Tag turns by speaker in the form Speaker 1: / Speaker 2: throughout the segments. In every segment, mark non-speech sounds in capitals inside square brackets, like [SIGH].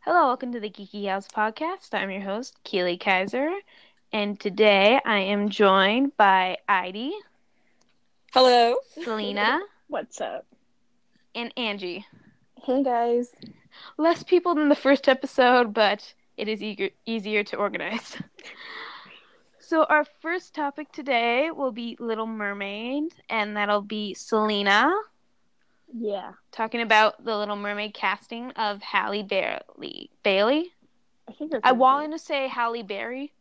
Speaker 1: Hello, welcome to the Geeky House podcast. I'm your host, Keely Kaiser, and today I am joined by Heidi,
Speaker 2: Hello.
Speaker 1: Selena,
Speaker 3: What's up?
Speaker 1: and Angie.
Speaker 3: Hey guys.
Speaker 1: Less people than the first episode, but it is eager, easier to organize. so, our first topic today will be Little Mermaid, and that'll be Selena
Speaker 3: Yeah,
Speaker 1: talking about the Little Mermaid casting of Halle Bailey. Bailey?
Speaker 3: I think that's
Speaker 1: I
Speaker 3: what it
Speaker 1: want to say Halle Berry.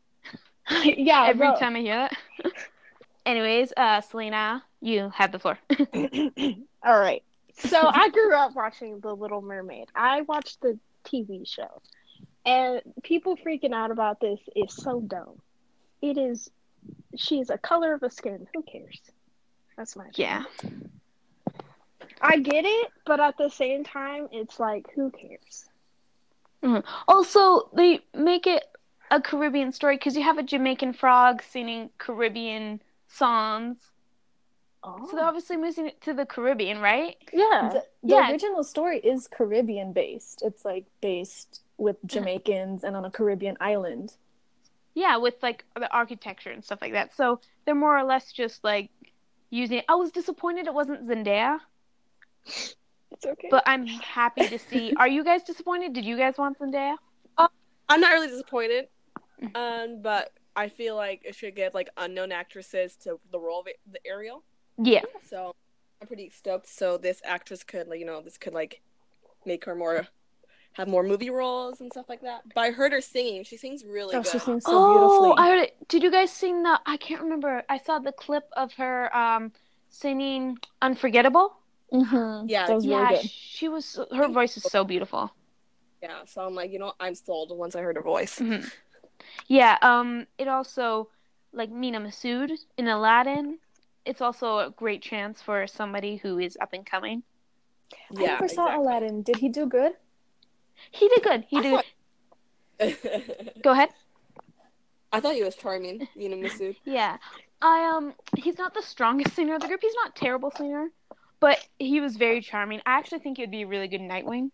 Speaker 1: [LAUGHS]
Speaker 3: is. [LAUGHS] yeah,
Speaker 1: every
Speaker 3: well,
Speaker 1: time I hear that. [LAUGHS] Anyways, uh, Selena, you have the floor.
Speaker 3: [CLEARS THROAT] All right. So I grew up watching The Little Mermaid. I watched the TV show, and people freaking out about this is so dumb. It is. She's a color of a skin. Who cares? That's my.
Speaker 1: yeah,
Speaker 3: I get it, but at the same time, it's like, who cares?
Speaker 1: Also, they make it a Caribbean story because you have a Jamaican frog singing Caribbean songs.
Speaker 3: Oh.
Speaker 1: So they're obviously moving it to the Caribbean, right?
Speaker 3: Uh, yeah.
Speaker 2: The, the
Speaker 1: Yeah.
Speaker 2: original story is Caribbean based. It's like based with Jamaicans and on a Caribbean island.
Speaker 1: Yeah, with like the architecture and stuff like that. So they're more or less just like using it. I was disappointed it wasn't Zendaya,
Speaker 3: it's okay. [LAUGHS]
Speaker 1: but I'm happy to [LAUGHS] see. Are you guys disappointed? Did you guys want Zendaya?
Speaker 4: I'm not really disappointed,
Speaker 2: Mm.
Speaker 4: um, but I feel like it should give like unknown actresses to the role of it, the Ariel.
Speaker 1: Yeah.
Speaker 4: So I'm pretty stoked. So this actress could, like, you know, this could like make her more have more movie roles and stuff like that. But I heard her singing; she sings really
Speaker 2: oh,
Speaker 4: good.
Speaker 2: she sings so
Speaker 1: oh,
Speaker 2: beautifully.
Speaker 1: I heard it. Did you guys sing the? I can't remember. I saw the clip of her um singing "Unforgettable."
Speaker 2: Mhm.
Speaker 4: Yeah.
Speaker 2: that was
Speaker 1: yeah,
Speaker 2: really good.
Speaker 1: she was. so- Her voice is so beautiful.
Speaker 4: yeah, so I'm like, you know, I'm sold once I heard her voice.
Speaker 1: Mhm. Yeah. Um. It also, like Mina Masood in Aladdin, it's also a great chance for somebody who is up and coming.
Speaker 2: Mm-hmm. I never saw Aladdin. Did he do good?
Speaker 1: He did good. He
Speaker 4: I
Speaker 1: did.
Speaker 4: thought- Aladdin.
Speaker 1: Go ahead.
Speaker 4: [LAUGHS] I thought he was charming, you know, Masood.
Speaker 1: Yeah. I um he's not the strongest singer of the group. He's not a terrible singer, but he was very charming. I actually think he would be a really good Nightwing.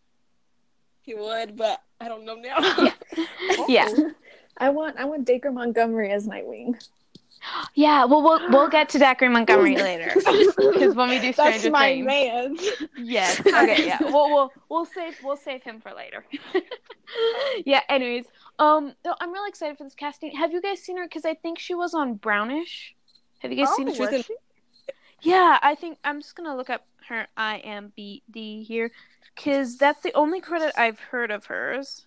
Speaker 4: He would, but I don't
Speaker 2: [LAUGHS]
Speaker 4: know now.
Speaker 1: Yeah. yeah.
Speaker 2: I want I want Dacre Montgomery as Nightwing.
Speaker 1: Yeah, well, we'll we'll get to Zachary
Speaker 3: [GASPS]
Speaker 1: Montgomery later because when we do
Speaker 3: That's
Speaker 1: Stranger
Speaker 3: my
Speaker 1: Things,
Speaker 3: man.
Speaker 1: [LAUGHS]
Speaker 3: [LAUGHS]
Speaker 1: yes, okay, yeah, we'll we'll we'll save we'll save him for later. [LAUGHS] yeah. Anyways, um, no, I'm really excited for this casting. Have you guys seen her? Because I think she was on Brownish. Have you guys
Speaker 3: Oh,
Speaker 1: seen her?
Speaker 4: She was in-
Speaker 1: Yeah, I think I'm just gonna look up her IMBD here, because that's the only credit I've heard of hers.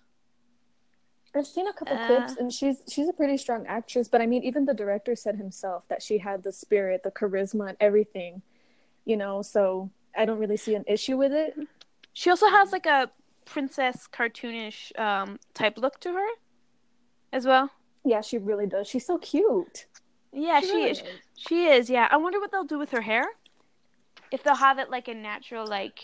Speaker 2: I've seen a couple
Speaker 1: Uh.
Speaker 2: clips and she's she's a pretty strong actress, but I mean even the director said himself that she had the spirit, the charisma and everything. You know, so I don't really see an issue with it.
Speaker 1: She also has like a princess cartoonish um type look to her, as well.
Speaker 2: Yeah, she really does. She's so cute.
Speaker 1: Yeah, she
Speaker 3: really
Speaker 1: is. She is, yeah. I wonder what they'll do with her hair. If they'll have it like a natural, like,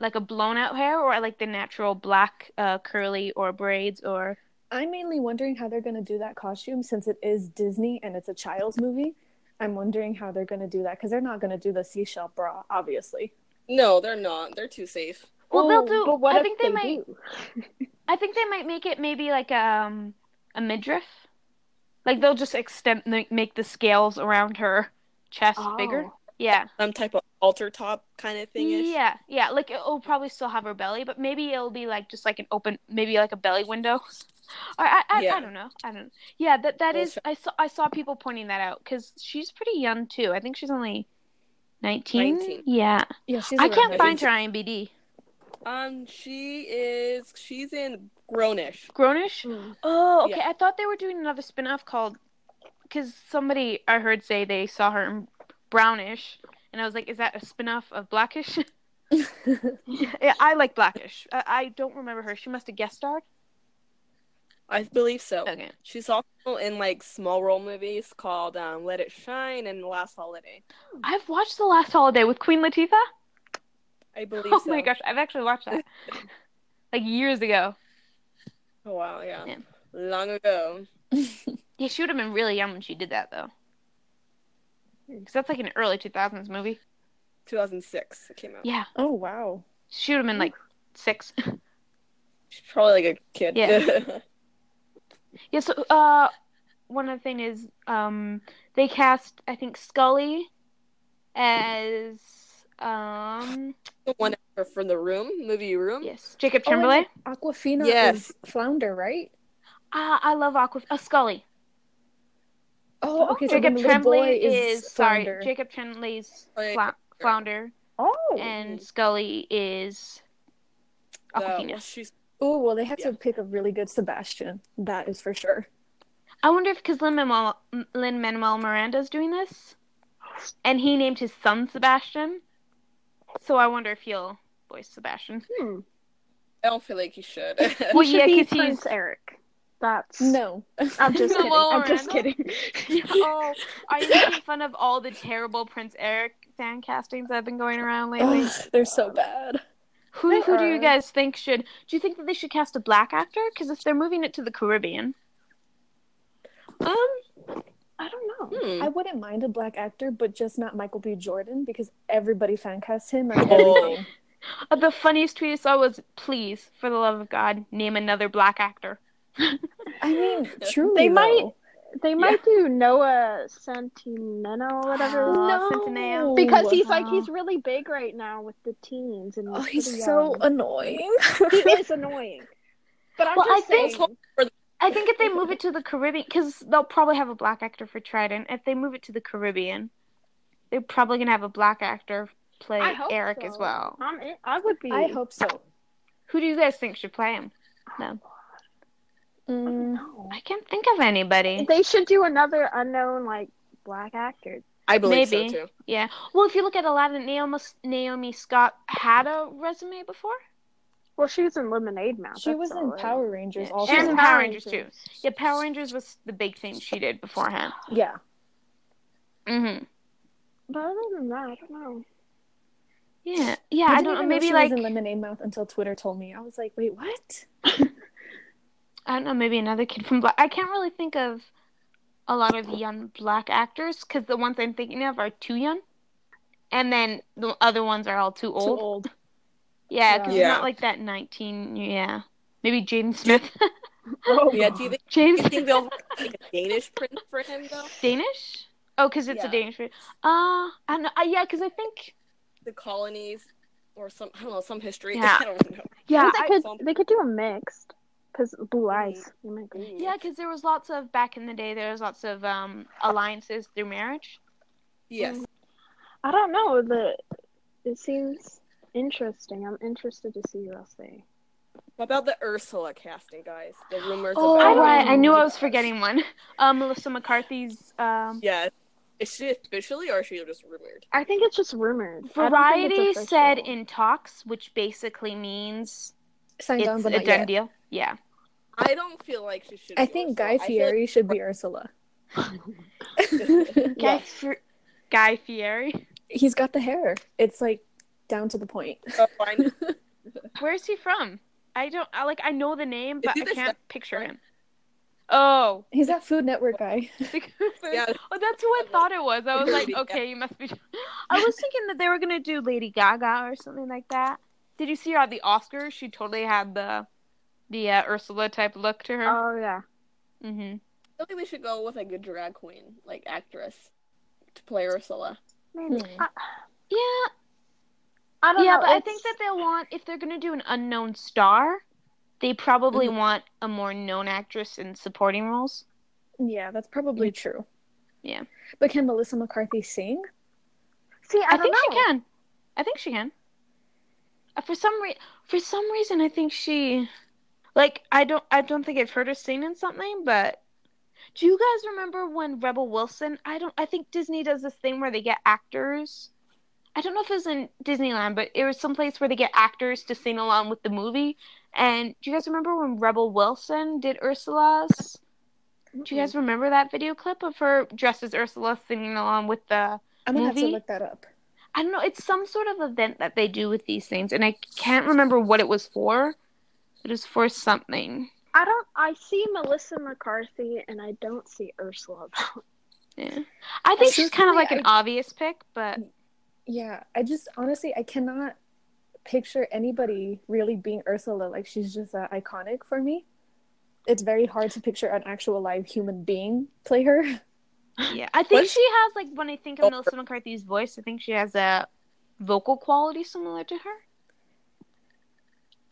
Speaker 1: like a blown out hair, or like the natural black uh, curly or braids, or
Speaker 2: I'm mainly wondering how they're going to do that costume since it is Disney and it's a child's movie. I'm wondering how they're going to do that because they're not going to do the seashell bra, obviously.
Speaker 4: No, they're not. They're too safe.
Speaker 1: well,
Speaker 3: Oh,
Speaker 1: they'll do.
Speaker 3: But what
Speaker 1: I
Speaker 3: if
Speaker 1: think they, might.
Speaker 3: do?
Speaker 1: I think they might make it maybe like um a midriff, like they'll just extend like, make the scales around her chest bigger.
Speaker 3: Oh.
Speaker 1: Yeah,
Speaker 4: Some type of altar top kind of thing.
Speaker 1: yeah, yeah. Like it'll probably still have her belly, but maybe it'll be like just like an open, maybe like a belly window. [LAUGHS] Or I, I, I
Speaker 4: Yeah.
Speaker 1: don't know. I don't. Yeah, that that
Speaker 4: Well,
Speaker 1: is. I saw I saw people pointing that out because she's pretty young too. I think she's only nineteen.
Speaker 4: 19.
Speaker 1: Yeah,
Speaker 2: Yeah, she's.
Speaker 1: I
Speaker 2: around
Speaker 1: can't
Speaker 2: there.
Speaker 1: find her IMBD.
Speaker 4: Um, she is. She's in Grownish.
Speaker 1: Grownish. Oh, okay.
Speaker 4: Yeah.
Speaker 1: I thought they were doing another spin-off called because somebody I heard say they saw her in Brownish, and I was like, is that a spin-off of
Speaker 4: [LAUGHS]
Speaker 1: Blackish? [LAUGHS] yeah, I like Blackish. I, I don't remember her. She must have guest starred.
Speaker 4: I believe so.
Speaker 1: Okay.
Speaker 4: She's also in like small role movies called um, Let It Shine and Last Holiday.
Speaker 1: I've watched The Last Holiday with Queen Latifah.
Speaker 4: I believe
Speaker 1: Oh
Speaker 4: so.
Speaker 1: my gosh, I've actually watched
Speaker 4: [LAUGHS]
Speaker 1: that like years ago.
Speaker 4: Oh, wow, yeah.
Speaker 1: Yeah.
Speaker 4: Long ago.
Speaker 1: Yeah, she would have been really young when she did that though, because that's like an early two thousands movie.
Speaker 4: 2006 it came out.
Speaker 1: Yeah,
Speaker 2: oh wow.
Speaker 1: she would have been like six.
Speaker 4: She's probably like a kid. [LAUGHS]
Speaker 1: Yeah. Yeah, so uh, one other thing is um, they cast I think Scully as um
Speaker 4: the one actor from the room, movie room.
Speaker 1: yes Jacob
Speaker 2: Oh, and
Speaker 1: Timberlake.
Speaker 2: Aquafina
Speaker 4: Yes.
Speaker 2: is Flounder, right?
Speaker 1: Ah, I love Aqua uh, Scully.
Speaker 2: Oh, okay. So the
Speaker 1: Jacob
Speaker 2: little boy
Speaker 1: Tremblay
Speaker 2: is,
Speaker 1: is, sorry.
Speaker 2: Flounder.
Speaker 1: Jacob Tremblay's
Speaker 4: Like,
Speaker 1: Fla- flounder,
Speaker 2: oh.
Speaker 1: and Scully is
Speaker 4: the-
Speaker 1: Aquafina.
Speaker 4: well, she's
Speaker 2: oh, well, they had
Speaker 4: Yeah.
Speaker 2: to pick a really good Sebastian. That is for sure.
Speaker 1: I wonder if because Lin Manuel Lin Manuel Miranda's doing this, and he named his son Sebastian, so I wonder if he'll voice Sebastian.
Speaker 3: Hmm.
Speaker 4: I don't feel like he should.
Speaker 1: [LAUGHS] Well,
Speaker 3: He should
Speaker 1: yeah,
Speaker 3: be
Speaker 1: 'cause he's-
Speaker 3: Prince Eric. That's
Speaker 2: No.
Speaker 3: [LAUGHS] I'm just
Speaker 1: Come
Speaker 3: kidding.
Speaker 1: on,
Speaker 3: I'm just
Speaker 1: Miranda.
Speaker 3: kidding.
Speaker 1: oh, are you making fun of all
Speaker 3: [LAUGHS]
Speaker 1: the terrible Prince Eric fan castings that have been going around lately?
Speaker 2: Ugh, they're so bad.
Speaker 1: who who do you
Speaker 3: Oh, are.
Speaker 1: guys think should? Do you think that they should cast a black actor? Because if they're moving it to the Caribbean,
Speaker 4: um,
Speaker 3: I don't know.
Speaker 4: hmm.
Speaker 2: I wouldn't mind a black actor, but just not Michael B. Jordan because everybody fan casts him. At
Speaker 4: Oh.
Speaker 2: everything.
Speaker 1: Uh, the funniest tweet I saw was, "Please, for the love of God, name another black actor."
Speaker 2: I mean, truly,
Speaker 3: They
Speaker 2: though.
Speaker 3: might- They might do Noah
Speaker 2: [GASPS]
Speaker 3: Centineo, whatever.
Speaker 1: Oh,
Speaker 2: No.
Speaker 1: Centineo.
Speaker 3: because he's like
Speaker 1: wow.
Speaker 3: he's really big right now with the teens and
Speaker 2: Oh,
Speaker 3: pretty
Speaker 2: he's so
Speaker 3: young.
Speaker 2: annoying.
Speaker 3: [LAUGHS] he is annoying. But I'm
Speaker 1: Well,
Speaker 3: just
Speaker 1: I think-
Speaker 3: saying,
Speaker 1: I think if they move it to the Caribbean, because they'll probably have a black actor for Trident. If they move it to the Caribbean, they're probably gonna have a black actor play
Speaker 3: I hope
Speaker 1: Eric
Speaker 3: so.
Speaker 1: as well.
Speaker 3: I'm in, I would be.
Speaker 2: I
Speaker 3: [SIGHS]
Speaker 2: hope so.
Speaker 1: Who do you guys think should play him?
Speaker 2: Mm,
Speaker 3: No.
Speaker 1: I can't think of anybody.
Speaker 3: They should do another unknown like black actor.
Speaker 4: I believe
Speaker 1: maybe.
Speaker 4: so too.
Speaker 1: Yeah. Well, if you look at a lot of Naomi Naomi Scott had a resume before.
Speaker 3: Well, she was in Lemonade Mouth.
Speaker 2: she was in Power Rangers
Speaker 1: Yeah,
Speaker 2: also.
Speaker 1: she was in
Speaker 3: Power
Speaker 1: Power Rangers too.
Speaker 3: Rangers.
Speaker 1: Yeah, Power Rangers was the big thing she did beforehand.
Speaker 2: yeah.
Speaker 1: Mm-hmm.
Speaker 3: But other than that, I don't know.
Speaker 1: Yeah. Yeah.
Speaker 2: I
Speaker 1: I,
Speaker 2: didn't
Speaker 1: don't know.
Speaker 2: even
Speaker 1: Maybe
Speaker 2: she
Speaker 1: like
Speaker 2: was in Lemonade Mouth until Twitter told me. I was like, wait, what?
Speaker 1: I don't know, maybe another kid from Black. I can't really think of a lot of young Black actors because the ones I'm thinking of are too young, and then the other ones are all too old.
Speaker 2: Too old.
Speaker 1: Yeah, 'cause
Speaker 4: Yeah.
Speaker 1: it's not like that 19. Yeah, maybe Jaden Smith. [LAUGHS]
Speaker 3: Oh,
Speaker 4: Yeah, do you think, do
Speaker 1: James
Speaker 4: you think
Speaker 1: [LAUGHS]
Speaker 4: they'll have like, a Danish prince for him though?
Speaker 1: Danish? Oh, because it's
Speaker 4: Yeah.
Speaker 1: a Danish. Uh, I don't know. Uh, yeah, because I think
Speaker 4: The colonies or some I don't know some history. [LAUGHS]
Speaker 1: Yeah.
Speaker 4: I don't know.
Speaker 1: yeah,
Speaker 3: they
Speaker 1: I- Mm-hmm.
Speaker 3: could they could do a mixed because blue eyes. Oh my God.
Speaker 1: yeah, because there was lots of back in the day. There was lots of um alliances through marriage.
Speaker 4: Yes.
Speaker 3: I don't know. The it seems interesting. I'm interested to see what else they.
Speaker 4: What about the Ursula casting, guys? The rumors.
Speaker 1: Oh,
Speaker 4: about Mm.
Speaker 1: right. I knew I
Speaker 4: Ursula.
Speaker 1: was forgetting one. [LAUGHS] Um, Melissa McCarthy's um
Speaker 4: Yes. Is she officially or is she just rumored?
Speaker 3: I think it's just rumored. I don't think it's
Speaker 1: Variety said
Speaker 3: official.
Speaker 1: in talks, which basically means
Speaker 2: Signed on,
Speaker 1: it's
Speaker 2: but
Speaker 1: a
Speaker 2: not
Speaker 1: done
Speaker 2: yet.
Speaker 1: deal. Yeah.
Speaker 4: I don't feel like she should.
Speaker 2: I
Speaker 4: be
Speaker 2: think
Speaker 4: Ursula.
Speaker 2: Guy Fieri should be Ursula. [LAUGHS]
Speaker 4: I feel like-
Speaker 1: Guy, Fier- Guy Fieri. [LAUGHS]
Speaker 2: He's got the hair. It's like down to the point.
Speaker 4: Oh, I know.
Speaker 1: Where's he from? I don't. I like. I know the name, but
Speaker 4: he
Speaker 1: I
Speaker 4: the
Speaker 1: can't
Speaker 4: chef,
Speaker 1: picture
Speaker 4: right?
Speaker 1: him. Oh.
Speaker 2: He's that Food Network guy.
Speaker 1: [LAUGHS]
Speaker 4: Yeah.
Speaker 1: Oh, that's [LAUGHS] who I thought it was. I was like,
Speaker 4: Yeah.
Speaker 1: okay, you must be. [LAUGHS] I was thinking that they were gonna do Lady Gaga or something like that. Did you see her at the Oscars? She totally had the the uh, Ursula type look to her.
Speaker 3: Oh yeah.
Speaker 1: mm-hmm.
Speaker 4: I feel like they should go with like a drag queen, like actress, to play Ursula.
Speaker 3: Maybe.
Speaker 2: Hmm.
Speaker 3: I,
Speaker 1: Yeah,
Speaker 3: I don't
Speaker 1: yeah,
Speaker 3: know.
Speaker 1: but I
Speaker 3: it's-
Speaker 1: think that they'll want if they're gonna do an unknown star, they probably
Speaker 4: Mhm.
Speaker 1: want a more known actress in supporting roles.
Speaker 2: Yeah, that's probably true.
Speaker 1: Yeah.
Speaker 2: But can Melissa McCarthy sing?
Speaker 3: See, I,
Speaker 1: I,
Speaker 3: don't
Speaker 1: think
Speaker 3: know.
Speaker 1: she can. I think she can. Uh, For some re- for some reason, I think she, like, I don't, I don't think I've heard her sing in something. But do you guys remember when Rebel Wilson? I don't. I think Disney does this thing where they get actors. I don't know if it was in Disneyland, but it was someplace where they get actors to sing along with the movie. And do you guys remember when Rebel Wilson did Ursula's? Do you guys remember that video clip of her dressed as Ursula singing along with the
Speaker 2: I'm gonna have
Speaker 1: Movie?
Speaker 2: to look that up.
Speaker 1: I don't know. It's some sort of event that they do with these things, and I can't remember what it was for. It was for something.
Speaker 3: Mm-hmm. I don't. I see Melissa McCarthy, and I don't see Ursula. [LAUGHS]
Speaker 1: Yeah, I think she's kind of like
Speaker 4: [LAUGHS]
Speaker 2: Truthfully,
Speaker 1: an obvious pick, but
Speaker 2: Yeah, I just honestly I cannot picture anybody really being Ursula. Like she's just uh, iconic for me. It's very hard to picture an actual live human being play her.
Speaker 1: Yeah, I think
Speaker 4: What?
Speaker 1: she has like when I think
Speaker 4: Oh.
Speaker 1: of Melissa McCarthy's voice, I think she has a vocal quality similar to her.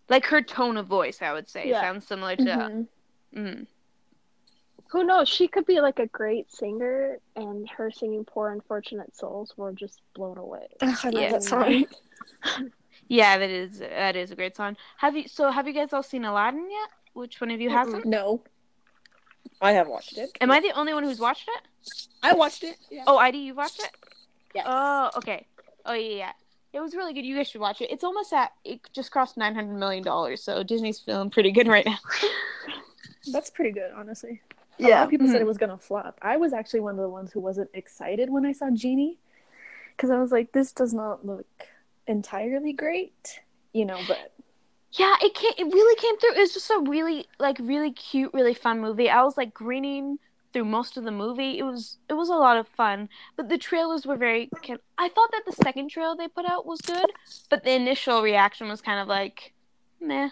Speaker 1: Like her tone of voice, I would say,
Speaker 3: Yeah.
Speaker 1: sounds similar to.
Speaker 4: Mm-hmm.
Speaker 2: Mhm.
Speaker 1: Mm.
Speaker 3: Who knows? She could be like a great singer, and her singing "Poor Unfortunate Souls" were just blown away.
Speaker 2: Ugh, [LAUGHS] I love
Speaker 1: Yeah.
Speaker 2: that song.
Speaker 1: Yeah, that is that is a great song. Have you so have you guys all seen Aladdin yet? Which one of you
Speaker 3: Mm-mm.
Speaker 1: hasn't?
Speaker 2: No,
Speaker 4: I have watched it.
Speaker 1: Am I the only one who's watched it?
Speaker 4: I watched it. Yeah.
Speaker 1: Oh, ID, you watched it?
Speaker 4: Yes.
Speaker 1: Oh, okay. Oh yeah, yeah. It was really good. You guys should watch it. It's almost at it just crossed nine hundred million dollars, so Disney's feeling pretty good right now. [LAUGHS]
Speaker 2: that's pretty good, honestly. A lot of people
Speaker 1: Mm-hmm.
Speaker 2: said it was gonna flop. I was actually one of the ones who wasn't excited when I saw Genie, because I was like, this does not look entirely great, you know. But
Speaker 1: Yeah, it came, it really came through. It was just a really like really cute, really fun movie. I was like grinning through most of the movie. It was it was a lot of fun, but the trailers were very kin- I thought that the second trailer they put out was good, but the initial reaction was kind of like meh.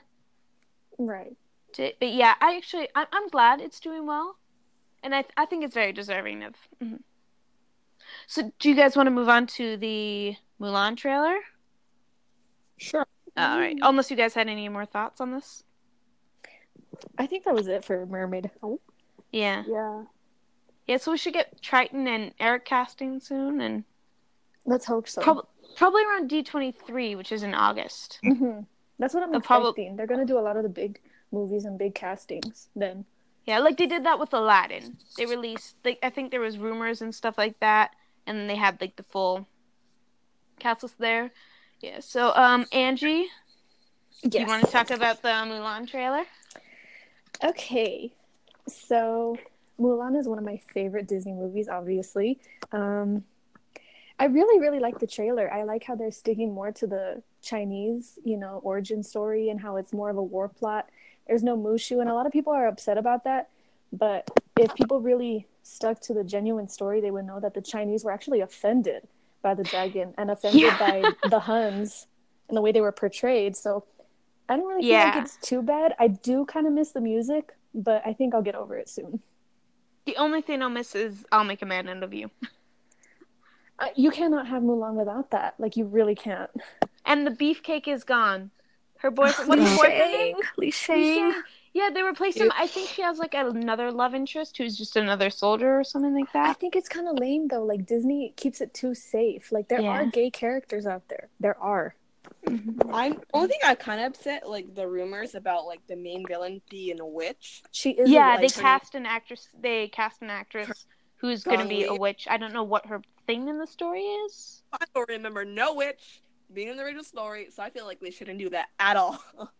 Speaker 2: right,
Speaker 1: T- But yeah, I actually I'm I'm glad it's doing well. And I th- I think it's very deserving of. mhm. So do you guys want to move on to the Mulan trailer? Uh,
Speaker 4: sure.
Speaker 1: All right. Unless you guys had any more thoughts on this?
Speaker 2: I think that was it for Mermaid.
Speaker 1: Yeah.
Speaker 3: Yeah,
Speaker 1: Yeah, so we should get Triton and Eric casting soon, and
Speaker 2: Let's hope so.
Speaker 1: prob- probably around D twenty three, which is in August.
Speaker 2: hmm That's what I'm
Speaker 1: The prob-
Speaker 2: expecting. They're gonna do a lot of the big movies and big castings then.
Speaker 1: Yeah, like they did that with Aladdin. They released, like, I think there was rumors and stuff like that, and then they had like the full castles there. Yeah. So, um, Angie, do you want to talk about the Mulan trailer?
Speaker 2: Okay. So Mulan is one of my favorite Disney movies, obviously. Um, I really, really like the trailer. I like how they're sticking more to the Chinese, you know, origin story and how it's more of a war plot. There's no Mushu, and a lot of people are upset about that. But if people really stuck to the genuine story, they would know that the Chinese were actually offended by the dragon and offended
Speaker 1: Yeah.
Speaker 2: by the Huns and the way they were portrayed. So I don't really feel
Speaker 1: Yeah.
Speaker 2: like it's too bad. I do kind of miss the music, but I think I'll get over it soon.
Speaker 1: The only thing I'll miss is I'll make a man out of you,
Speaker 2: Uh, you cannot have Mulan without that. Like you
Speaker 1: [LAUGHS]
Speaker 2: really can't.
Speaker 1: and the beefcake is gone. Her boyfriend,
Speaker 2: [LAUGHS]
Speaker 1: what's her
Speaker 4: Li
Speaker 1: boyfriend name?
Speaker 2: Li
Speaker 1: Yeah, they replaced him. I think she has like another love interest who's just another soldier or something like
Speaker 2: I
Speaker 1: that.
Speaker 2: think it's kind of lame though. Like Disney keeps it too safe. Like there
Speaker 1: Yeah.
Speaker 2: are gay characters out there. There are.
Speaker 4: I'm only thing I'm kind of upset like the rumors about like the main villain being a witch.
Speaker 2: She is.
Speaker 1: Yeah,
Speaker 2: a
Speaker 1: they
Speaker 2: witch.
Speaker 1: cast an actress. They cast an actress who's going to be a
Speaker 4: Strongly.
Speaker 1: witch. I don't know what her thing in the story is.
Speaker 4: I don't remember no witch being in the original story, so I feel like they shouldn't do that at all. [LAUGHS]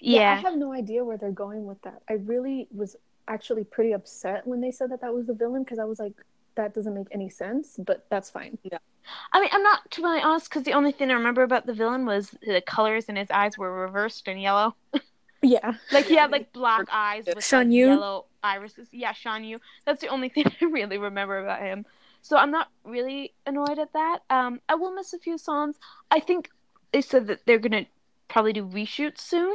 Speaker 2: yeah, I
Speaker 1: Yeah,
Speaker 2: have no idea where they're going with that. I really was actually pretty upset when they said that that was the villain because I was like, that doesn't make any sense. But that's fine.
Speaker 1: I mean, I'm not to be honest because the only thing I remember about the villain was the colors in his eyes were reversed and yellow.
Speaker 2: Yeah.
Speaker 1: Like he
Speaker 2: [LAUGHS]
Speaker 1: had like black eyes with
Speaker 2: Sean
Speaker 1: like,
Speaker 2: Yu?
Speaker 1: yellow irises. Yeah, Sean Yu. That's the only [LAUGHS] thing I really remember about him. So I'm not really annoyed at that. Um, I will miss a few songs. I think they said that they're gonna probably do reshoots soon.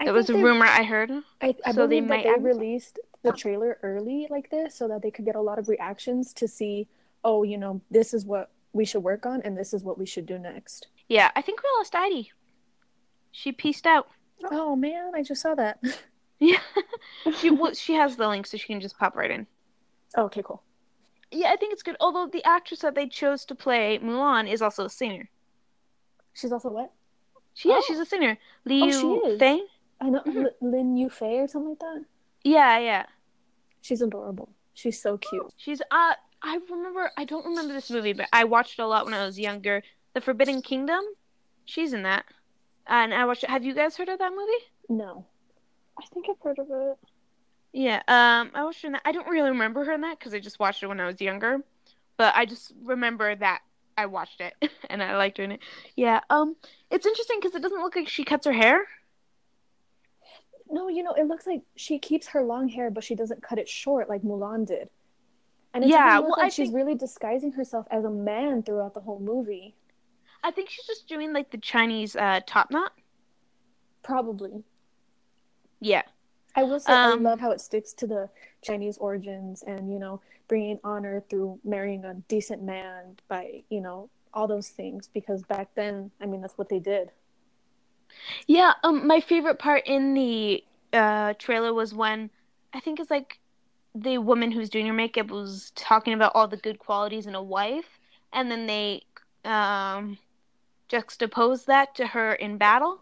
Speaker 2: I
Speaker 1: That was a
Speaker 2: think they-
Speaker 1: rumor I heard.
Speaker 2: I, I
Speaker 1: So they
Speaker 2: believe
Speaker 1: might
Speaker 2: that they
Speaker 1: add-
Speaker 2: released the trailer early like this so that they could get a lot of reactions to see, oh, you know, this is what we should work on and this is what we should do next.
Speaker 1: Yeah, I think we lost Heidi. She pieced out. [LAUGHS]
Speaker 2: Oh man, I just saw that. [LAUGHS]
Speaker 1: Yeah, she well, she has the link, so she can just pop right in.
Speaker 2: Oh, okay, cool.
Speaker 1: Yeah, I think it's good. Although the actress that they chose to play Mulan is also a singer.
Speaker 2: She's also what?
Speaker 1: She, yeah,
Speaker 4: Oh.
Speaker 1: she's a singer.
Speaker 2: Oh,
Speaker 1: Liu
Speaker 2: she is.
Speaker 1: Feng.
Speaker 2: I know L- Lin Yufei or something like that.
Speaker 1: Yeah, yeah.
Speaker 2: She's adorable. Oh. She's so cute.
Speaker 1: She's uh I remember I don't remember this movie, but I watched it a lot when I was younger. The Forbidden Kingdom. She's in that. And I watched it. Have you guys heard of that movie?
Speaker 2: No.
Speaker 3: I think I've heard of it.
Speaker 1: Yeah. Um I watched her in that. I don't really remember her in that cuz I just watched it when I was younger, but I just remember that I watched it [LAUGHS] and I liked doing it. Yeah. Um it's interesting cuz it doesn't look like she cuts her hair.
Speaker 2: No, you know, it looks like she keeps her long hair but she doesn't cut it short like Mulan did. And it
Speaker 1: Yeah,
Speaker 2: doesn't look
Speaker 1: well,
Speaker 2: like
Speaker 1: I
Speaker 2: she's
Speaker 1: think-
Speaker 2: really disguising herself as a man throughout the whole movie.
Speaker 1: I think she's just doing like the Chinese uh, top knot.
Speaker 2: Probably.
Speaker 1: Yeah.
Speaker 2: I will say I
Speaker 1: Um,
Speaker 2: love how it sticks to the Chinese origins and you know bringing honor through marrying a decent man by you know all those things because back then I mean that's what they did.
Speaker 1: Yeah, um, my favorite part in the uh, trailer was when I think it's like the woman who's doing her makeup was talking about all the good qualities in a wife, and then they um, juxtapose that to her in battle.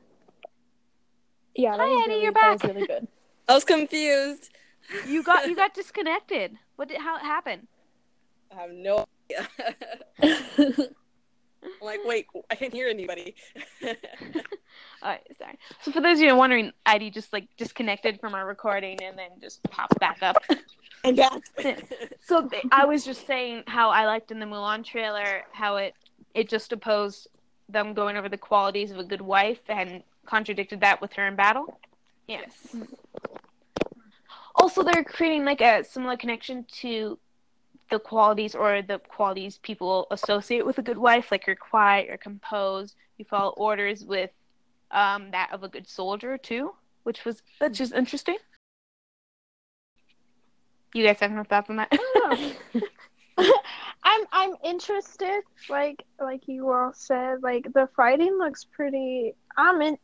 Speaker 2: Yeah, that
Speaker 1: Hi,
Speaker 2: was
Speaker 1: Eddie,
Speaker 2: really,
Speaker 1: you're
Speaker 2: that was
Speaker 1: back.
Speaker 2: really
Speaker 1: [LAUGHS]
Speaker 2: good.
Speaker 4: I was confused.
Speaker 1: You got you got disconnected. What did how it happened?
Speaker 4: I have no idea. I'm [LAUGHS] like, wait, I can't hear anybody. [LAUGHS]
Speaker 1: All right, sorry. So for those of you wondering, Eddie just like disconnected from our recording and then just popped back up.
Speaker 4: I'm back.
Speaker 1: So th- I was just saying how I liked in the Mulan trailer how it it just opposed them going over the qualities of a good wife and contradicted that with her in battle. Yes. Also, they're creating like a similar connection to the qualities or the qualities people associate with a good wife, like you're quiet, you're composed, you follow orders with um, that of a good soldier too, which was that's just interesting. You guys have no thoughts on that?
Speaker 3: [LAUGHS] I'm I'm interested. Like like you all said, like the fighting looks pretty. I'm in.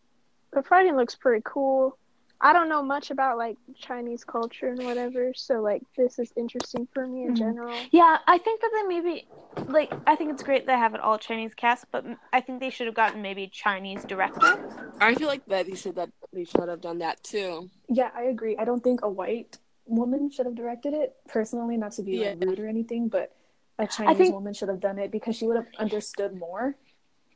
Speaker 3: The fighting looks pretty cool. I don't know much about like Chinese culture and whatever, so like this is interesting for me in
Speaker 1: Mhm.
Speaker 3: general.
Speaker 1: Yeah, I think that they maybe like I think it's great they have it all Chinese cast, but m- I think they should have gotten maybe Chinese director.
Speaker 4: I feel like that they should that they should have done that too.
Speaker 2: Yeah, I agree. I don't think a white woman should have directed it personally, not to be like
Speaker 4: Yeah.
Speaker 2: rude or anything, but a Chinese
Speaker 1: think-
Speaker 2: woman should have done it because she would have understood more.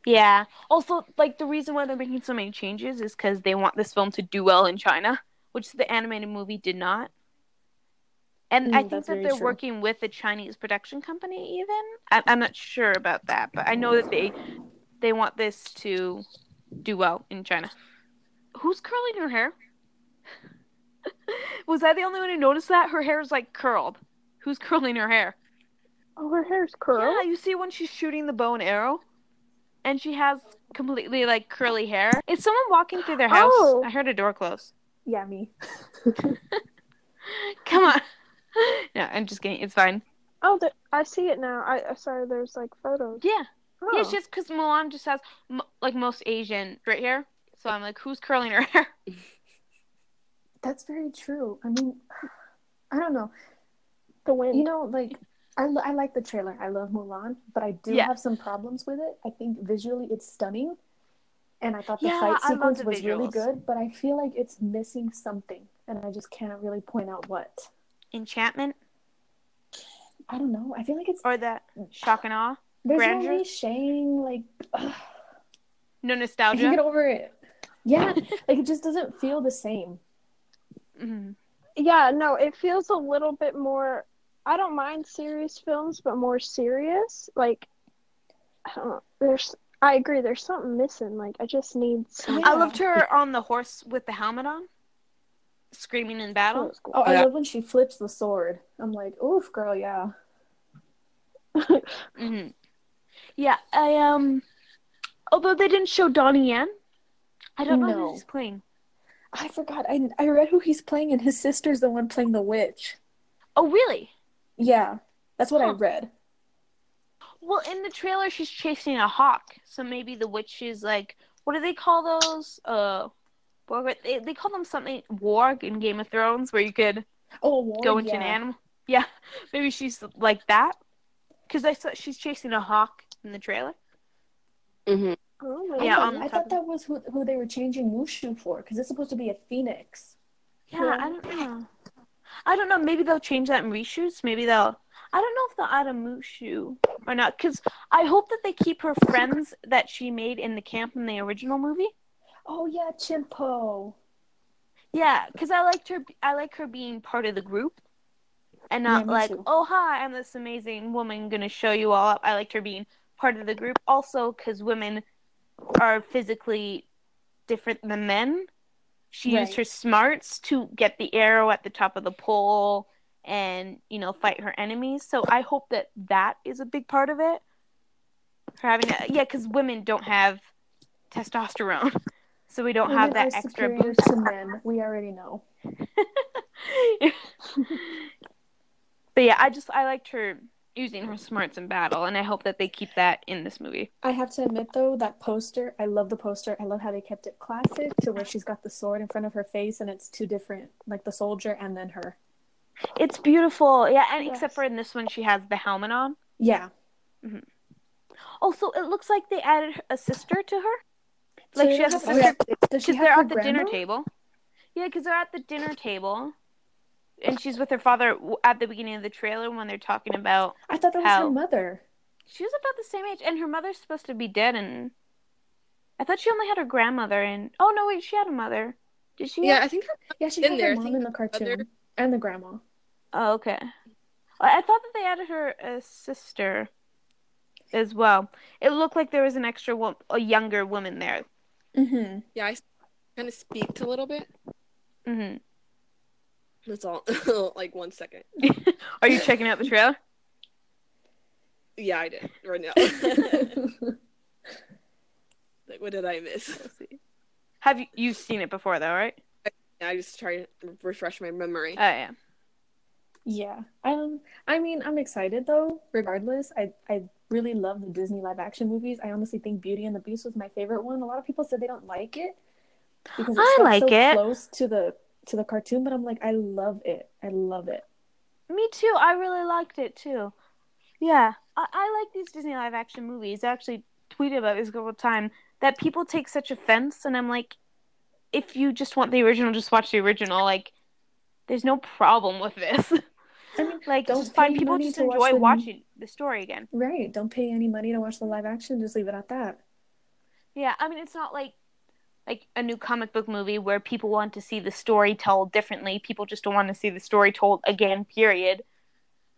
Speaker 1: Yeah. Also, like the reason why they're making so many changes is because they want this film to do well in China, which the animated movie did not. And
Speaker 2: Mm,
Speaker 1: I think
Speaker 2: that's
Speaker 1: that
Speaker 2: very
Speaker 1: they're
Speaker 2: true.
Speaker 1: working with a Chinese production company. Even I- I'm not sure about that, but I know that they they want this to do well in China. Who's curling her hair? [LAUGHS] Was I the only one who noticed that her hair is like curled? Who's curling her hair?
Speaker 3: Oh, her hair's curled.
Speaker 1: Yeah, you see when she's shooting the bow and arrow, and she has completely like curly hair. It's someone walking through their house.
Speaker 3: Oh.
Speaker 1: I heard a door close.
Speaker 2: Yeah, me.
Speaker 1: Come on. [LAUGHS] No, I'm just kidding. It's fine.
Speaker 3: Oh, the, I see it now. I, I sorry, there's like photos.
Speaker 1: Yeah,
Speaker 3: Oh.
Speaker 1: yeah. It's just because Milan just has m- like most Asian straight hair, so I'm like, who's curling her [LAUGHS] hair?
Speaker 2: That's very true. I mean, [SIGHS] I don't know.
Speaker 3: the wind.
Speaker 2: You know, like I, lo- I like the trailer. I love Mulan, but I do
Speaker 1: Yeah.
Speaker 2: have some problems with it. I think visually it's stunning, and I thought the
Speaker 1: Yeah, I
Speaker 2: fight
Speaker 1: love
Speaker 2: sequence
Speaker 1: the
Speaker 2: was really
Speaker 1: visuals.
Speaker 2: good. But I feel like it's missing something, and I just can't really point out what.
Speaker 1: Enchantment
Speaker 2: I don't know. I feel like it's
Speaker 1: or the shock and awe?
Speaker 2: there's
Speaker 1: grandeur?
Speaker 2: no shame. Like ugh,
Speaker 1: No
Speaker 2: I can get
Speaker 1: nostalgia.
Speaker 2: over it. Yeah,
Speaker 1: [LAUGHS]
Speaker 2: like it just doesn't feel the same.
Speaker 1: Mhm.
Speaker 3: yeah, no, it feels a little bit more. I don't mind serious films, but more serious. Like, I don't know. There's, I agree. There's something missing. Like, I just need. Some,
Speaker 1: I loved her on the horse with the helmet on, screaming in battle.
Speaker 2: Oh, I
Speaker 4: Yeah.
Speaker 2: love when she flips the sword. I'm like, oof, girl, yeah.
Speaker 1: hmm Yeah, I um. Although they didn't show Donnie Yen, I don't know
Speaker 2: No.
Speaker 1: who he's playing.
Speaker 2: I forgot. I I read who he's playing, and his sister's the one playing the witch.
Speaker 1: Oh, really?
Speaker 2: Yeah, that's what I
Speaker 1: Huh.
Speaker 2: read.
Speaker 1: Well, in the trailer, she's chasing a hawk, so maybe the witch is like, what do they call those? Uh, Borg- they they call them something warg in Game of Thrones, where you could
Speaker 2: Oh, Ward,
Speaker 1: go into
Speaker 2: yeah.
Speaker 1: an animal. [LAUGHS] Yeah, maybe she's like that, because I saw she's chasing a hawk in the trailer.
Speaker 4: Mm-hmm.
Speaker 3: Oh
Speaker 2: I
Speaker 3: my
Speaker 1: Yeah, um,
Speaker 2: thought-
Speaker 1: on the
Speaker 2: I
Speaker 1: top
Speaker 2: thought
Speaker 1: of-
Speaker 2: that was who who they were changing Mushu for, because it's supposed to be a phoenix.
Speaker 1: Yeah, I don't know. I don't know. Maybe they'll change that in reshoots. Maybe they'll. I don't know if they'll add a Mushu or not. Because I hope that they keep her friends that she made in the camp in the original movie.
Speaker 2: Oh yeah, Chimpo.
Speaker 1: Yeah, because I liked her. I like her being part of the group, and not
Speaker 2: me
Speaker 1: like,
Speaker 2: too.
Speaker 1: oh hi, I'm this amazing woman gonna show you all up. I liked her being part of the group. Also, because women are physically different than men, she used
Speaker 2: Right.
Speaker 1: her smarts to get the arrow at the top of the pole and you know fight her enemies. So I hope that that is a big part of it. for having a, yeah, because women don't have testosterone, [LAUGHS] so we don't
Speaker 2: Women
Speaker 1: have that
Speaker 2: are
Speaker 1: extra
Speaker 2: superior
Speaker 1: boost.
Speaker 2: to men. We already know.
Speaker 1: [LAUGHS] but yeah, I just I liked her using her smarts in battle, and I hope that they keep that in this movie.
Speaker 2: I have to admit though, that poster, I love the poster. I love how they kept it classic to where she's got the sword in front of her face and it's two different like the soldier and then her.
Speaker 1: It's beautiful, yeah, and
Speaker 3: Yes.
Speaker 1: except for in this one, she has the helmet on.
Speaker 2: Yeah.
Speaker 1: Also, it looks like they added a sister to her. Like she has a
Speaker 2: oh, yeah.
Speaker 1: sister
Speaker 2: Does she
Speaker 1: because
Speaker 2: have
Speaker 1: they're
Speaker 2: her
Speaker 1: at the dinner
Speaker 2: grandma?
Speaker 1: table. Yeah, because they're at the dinner table, and she's with her father w- at the beginning of the trailer when they're talking about.
Speaker 2: I thought that was
Speaker 1: How?
Speaker 2: her mother.
Speaker 1: She was about the same age, and her mother's supposed to be dead. And I thought she only had her grandmother. And oh no, wait, she had a mother. Did she?
Speaker 4: Yeah,
Speaker 1: have-
Speaker 4: I think her
Speaker 2: Yeah, she
Speaker 4: In
Speaker 2: had
Speaker 4: there,
Speaker 2: her
Speaker 4: I
Speaker 2: mom
Speaker 4: think
Speaker 2: in the cartoon
Speaker 4: mother-
Speaker 2: and the grandma.
Speaker 1: Oh, okay. I I thought that they added her a sister as well. It looked like there was an extra, wo- a younger woman there.
Speaker 2: Mm-hmm.
Speaker 4: yeah, I kind of speaked a little bit.
Speaker 1: hmm
Speaker 4: That's all. [LAUGHS] like one second.
Speaker 1: [LAUGHS] Are you checking out the trailer?
Speaker 4: Yeah, I did right [LAUGHS] now.
Speaker 2: Mm-hmm. [LAUGHS]
Speaker 4: like, what did I miss?
Speaker 1: Have you you've seen it before though, right?
Speaker 4: I just try to refresh my memory.
Speaker 1: Oh yeah.
Speaker 2: yeah. Um I mean I'm excited though, regardless. I I really love the Disney live action movies. I honestly think Beauty and the Beast was my favorite one. A lot of people said they don't like it because
Speaker 1: I
Speaker 2: it's like
Speaker 1: like
Speaker 2: so
Speaker 1: it.
Speaker 2: close to the to the cartoon, but I'm like I love it. I love it.
Speaker 1: Me too. I really liked it too. Yeah, I, I like these Disney live action movies. I actually tweeted about this all the time that people take such offense, and I'm like, if you just want the original, just watch the original. Like, there's no problem with this.
Speaker 2: I mean,
Speaker 1: [LAUGHS] like,
Speaker 2: Don't
Speaker 1: just find
Speaker 2: pay
Speaker 1: people
Speaker 2: money
Speaker 1: just
Speaker 2: to watch
Speaker 1: enjoy
Speaker 2: the-
Speaker 1: watching the story again.
Speaker 2: right. Don't pay any money to watch the live action, just leave it at that.
Speaker 1: Yeah, I mean, it's not like like a new comic book movie where people want to see the story told differently. People just don't want to see the story told again. Period.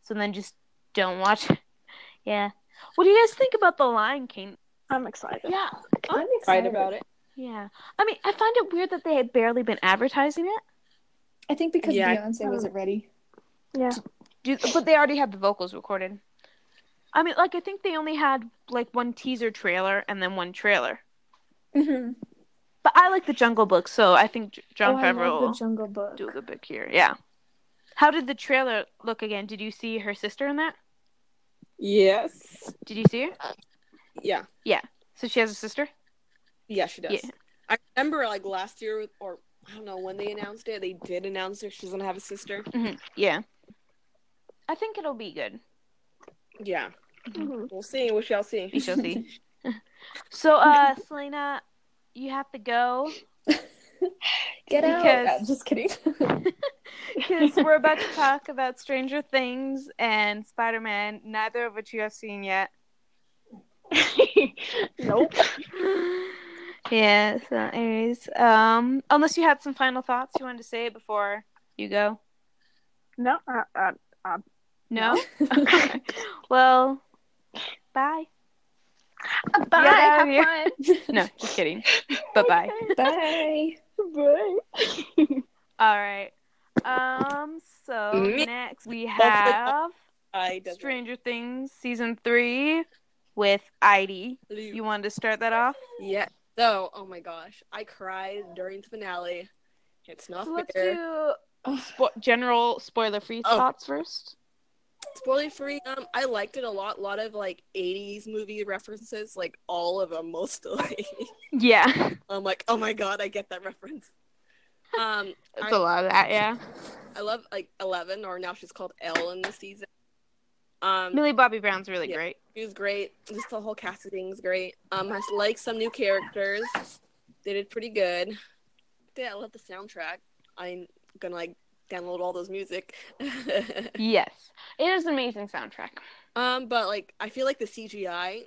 Speaker 1: So then, just don't watch. it. [LAUGHS] yeah. What do you guys think about the Lion King?
Speaker 3: I'm excited.
Speaker 1: Yeah,
Speaker 2: I'm
Speaker 4: Right
Speaker 2: excited
Speaker 4: about it.
Speaker 1: yeah. I mean, I find it weird that they had barely been advertising it.
Speaker 2: I think because
Speaker 4: Yeah.
Speaker 2: Beyonce wasn't ready.
Speaker 3: Yeah.
Speaker 1: Do, but they already had the vocals recorded. I mean, like I think they only had like one teaser trailer and then one trailer.
Speaker 2: Mm-hmm.
Speaker 1: But I like the Jungle Book, so Oh, I think J- John
Speaker 2: I
Speaker 1: Favreau.
Speaker 2: love
Speaker 1: will-
Speaker 2: the Jungle Book.
Speaker 1: do the book here. Yeah. How did the trailer look again? Did you see her sister in that?
Speaker 4: Yes.
Speaker 1: Did you see her?
Speaker 4: Yeah.
Speaker 1: So she has a sister?
Speaker 4: Yeah, she does.
Speaker 1: Yeah.
Speaker 4: I remember like last year, or I don't know when they announced it. They did announce her. She's gonna have a sister.
Speaker 1: Yeah. I think it'll be good.
Speaker 4: Yeah,
Speaker 3: Mhm.
Speaker 4: we'll see. We shall see.
Speaker 1: We shall see. so uh Selena, you have to go
Speaker 2: Get out!
Speaker 1: Because-
Speaker 2: Uh, just kidding. [LAUGHS]
Speaker 1: because we're about to talk about Stranger Things and Spider-Man, neither of which you have seen yet.
Speaker 3: [LAUGHS] nope.
Speaker 1: yeah, so anyways, um unless you had some final thoughts you wanted to say before you go.
Speaker 3: No. Uh, uh,
Speaker 1: No? [LAUGHS] Okay. well, bye.
Speaker 3: bye.
Speaker 1: out of here.
Speaker 3: have
Speaker 1: No, just [LAUGHS] kidding. bye bye.
Speaker 2: Bye.
Speaker 3: fun. [LAUGHS] Bye.
Speaker 1: All right. Um. So
Speaker 4: Me-
Speaker 1: next we
Speaker 4: Hopefully-
Speaker 1: have
Speaker 4: I does
Speaker 1: Stranger Things season three with Idy. You wanted to start that off?
Speaker 4: Yeah. So, oh my gosh, I cried during the finale. It's not
Speaker 1: So let's
Speaker 4: fair.
Speaker 1: do spo- general spoiler free
Speaker 4: Oh.
Speaker 1: thoughts first.
Speaker 4: Spoiler free. Um, I liked it a lot. A lot of like '80s movie references, like all of them, mostly. [LAUGHS]
Speaker 1: Yeah,
Speaker 4: I'm like, oh my god, I get that reference. Um,
Speaker 1: it's a lot of that.
Speaker 4: [LAUGHS]
Speaker 1: Yeah,
Speaker 4: I love like Eleven, or now she's called Elle in the season. Um,
Speaker 1: Millie Bobby Brown's really
Speaker 4: Yeah.
Speaker 1: great.
Speaker 4: she was great. Just the whole casting thing's great. Um, I like some new characters. They did pretty good. Yeah, I love the soundtrack. I'm gonna like download all those music. [LAUGHS]
Speaker 1: Yes, it is an amazing soundtrack.
Speaker 4: Um, but like I feel like the CGI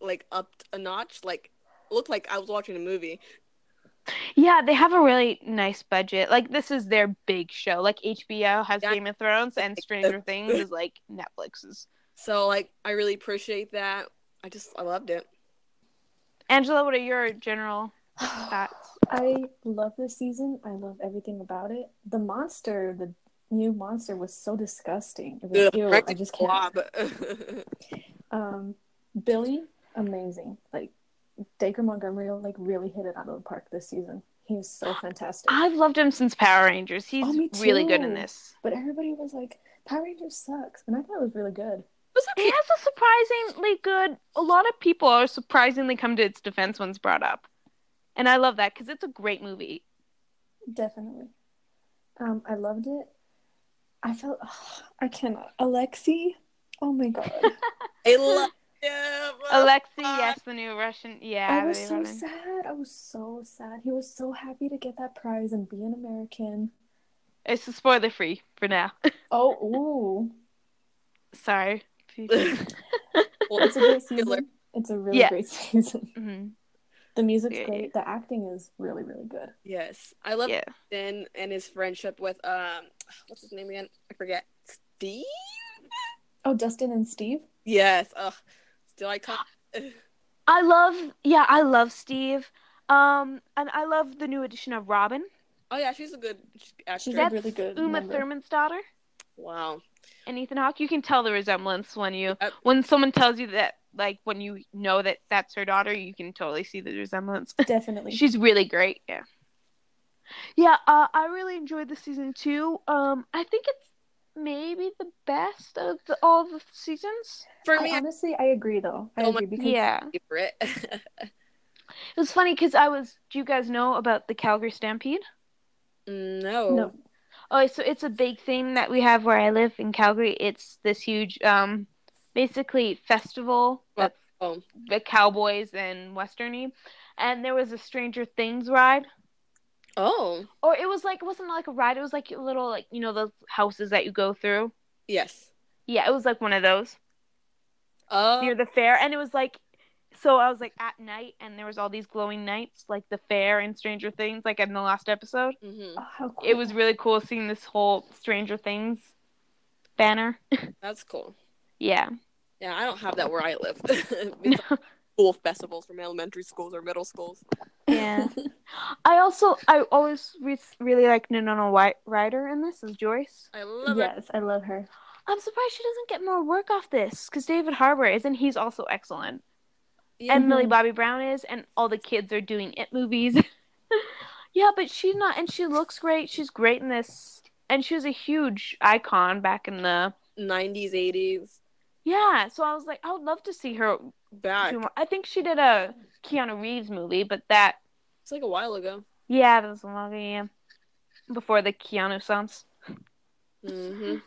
Speaker 4: like upped a notch. Like looked like I was watching a movie.
Speaker 1: Yeah, they have a really nice budget. Like this is their big show. Like HBO has
Speaker 4: Yeah.
Speaker 1: Game of Thrones and
Speaker 2: [LAUGHS]
Speaker 1: Stranger Things is like Netflix's.
Speaker 4: So like I really appreciate that. I just I loved it.
Speaker 1: Angela, what are your general thoughts?
Speaker 2: I love this season. I love everything about it. The monster, the new monster, was so disgusting. It was
Speaker 4: Ugh, [LAUGHS]
Speaker 2: ew, I
Speaker 4: Frank
Speaker 2: just can't.
Speaker 4: Blob.
Speaker 2: Um, Billy, amazing. Like Dacre Montgomery like really hit it out of the park this season. He was so fantastic.
Speaker 1: I've loved him since Power Rangers. He's
Speaker 2: Oh, me
Speaker 1: really good in
Speaker 2: too.
Speaker 1: this.
Speaker 2: But everybody was like, Power Rangers sucks, and I thought it was really good.
Speaker 1: It has a surprisingly good. A lot of people are surprisingly come to its defense when it's brought up, and I love that because it's a great movie.
Speaker 2: Definitely. Um, I loved it. I felt ugh, I cannot. Alexi. Oh my god.
Speaker 4: I love him. [LAUGHS]
Speaker 1: Alexei, yes, the new Russian. Yeah,
Speaker 2: I was
Speaker 1: they
Speaker 2: so
Speaker 1: wrote in.
Speaker 2: sad. I was so sad. He was so happy to get that prize and be an American.
Speaker 1: it's spoiler free for now. [LAUGHS]
Speaker 2: Oh, ooh. [LAUGHS]
Speaker 1: Sorry. Mm-hmm.
Speaker 4: Well,
Speaker 2: It's
Speaker 1: [LAUGHS]
Speaker 2: a great season. It's a really
Speaker 1: Yeah.
Speaker 2: great [LAUGHS] season.
Speaker 1: Mhm.
Speaker 2: The music's
Speaker 1: Yeah.
Speaker 2: great. The acting is really, really good.
Speaker 4: Yes, I love
Speaker 1: Yeah,
Speaker 4: Ben and his friendship with um, what's his name again? I forget. Steve.
Speaker 2: Oh, Dustin and Steve.
Speaker 4: Yes. Ugh. Still iconic.
Speaker 1: I love. Yeah, I love Steve. Um, and I love the new edition of Robin.
Speaker 4: Oh yeah, she's a good actress.
Speaker 2: She's
Speaker 1: That's
Speaker 2: a really good.
Speaker 1: Uma
Speaker 2: member.
Speaker 1: Thurman's daughter.
Speaker 4: Wow.
Speaker 1: and Ethan Hawke, you can tell the resemblance when you
Speaker 4: Yep.
Speaker 1: when someone tells you that like when you know that that's her daughter, you can totally see the resemblance. [LAUGHS]
Speaker 2: Definitely.
Speaker 1: She's really great. Yeah. Yeah, uh, I really enjoyed the season two. Um, I think it's maybe the best of the, all the seasons.
Speaker 4: For
Speaker 2: I
Speaker 4: me, I
Speaker 2: honestly, I agree though. I
Speaker 4: Oh my-
Speaker 2: agree because
Speaker 1: Yeah,
Speaker 4: favorite. [LAUGHS]
Speaker 1: it was funny because I was. Do you guys know about the Calgary Stampede?
Speaker 4: no.
Speaker 2: no,
Speaker 1: Oh, so it's a big thing that we have where I live in Calgary. It's this huge, um, basically festival
Speaker 4: Well,
Speaker 1: that
Speaker 4: oh.
Speaker 1: the cowboys and westerny and there was a stranger things ride
Speaker 4: Oh.
Speaker 1: or it was like it wasn't like a ride it was like a little like you know the houses that you go through
Speaker 4: Yes.
Speaker 1: yeah it was like one of those
Speaker 4: Oh.
Speaker 1: near the fair and it was like so i was like at night and there was all these glowing nights like the fair and stranger things like in the last episode
Speaker 4: mhm.
Speaker 2: oh, how cool.
Speaker 1: it was really cool seeing this whole stranger things banner
Speaker 4: That's cool.
Speaker 1: yeah
Speaker 4: Yeah, I don't have that where I
Speaker 2: [LAUGHS]
Speaker 4: live. [LAUGHS] It's school festivals from elementary schools or middle schools.
Speaker 1: yeah i also i always re- really like winona White Ryder in this is joyce
Speaker 4: I love it.
Speaker 2: yes, I love her.
Speaker 1: I'm surprised she doesn't get more work off this because David Harbour is, and he's also excellent.
Speaker 4: Yeah.
Speaker 1: And
Speaker 2: Mhm.
Speaker 1: Millie Bobby Brown is, and all the kids are doing it movies. [LAUGHS] yeah, but she's not, and she looks great. She's great in this, and she was a huge icon back in the.
Speaker 4: 90s, 80s,
Speaker 1: Yeah, so I was like, I would love to see her. do
Speaker 4: back.
Speaker 1: more. I think she did a Keanu Reeves movie, but that,
Speaker 4: It's like a while ago.
Speaker 1: yeah, that was a long yeah. Before the Keanu sons.
Speaker 4: hmm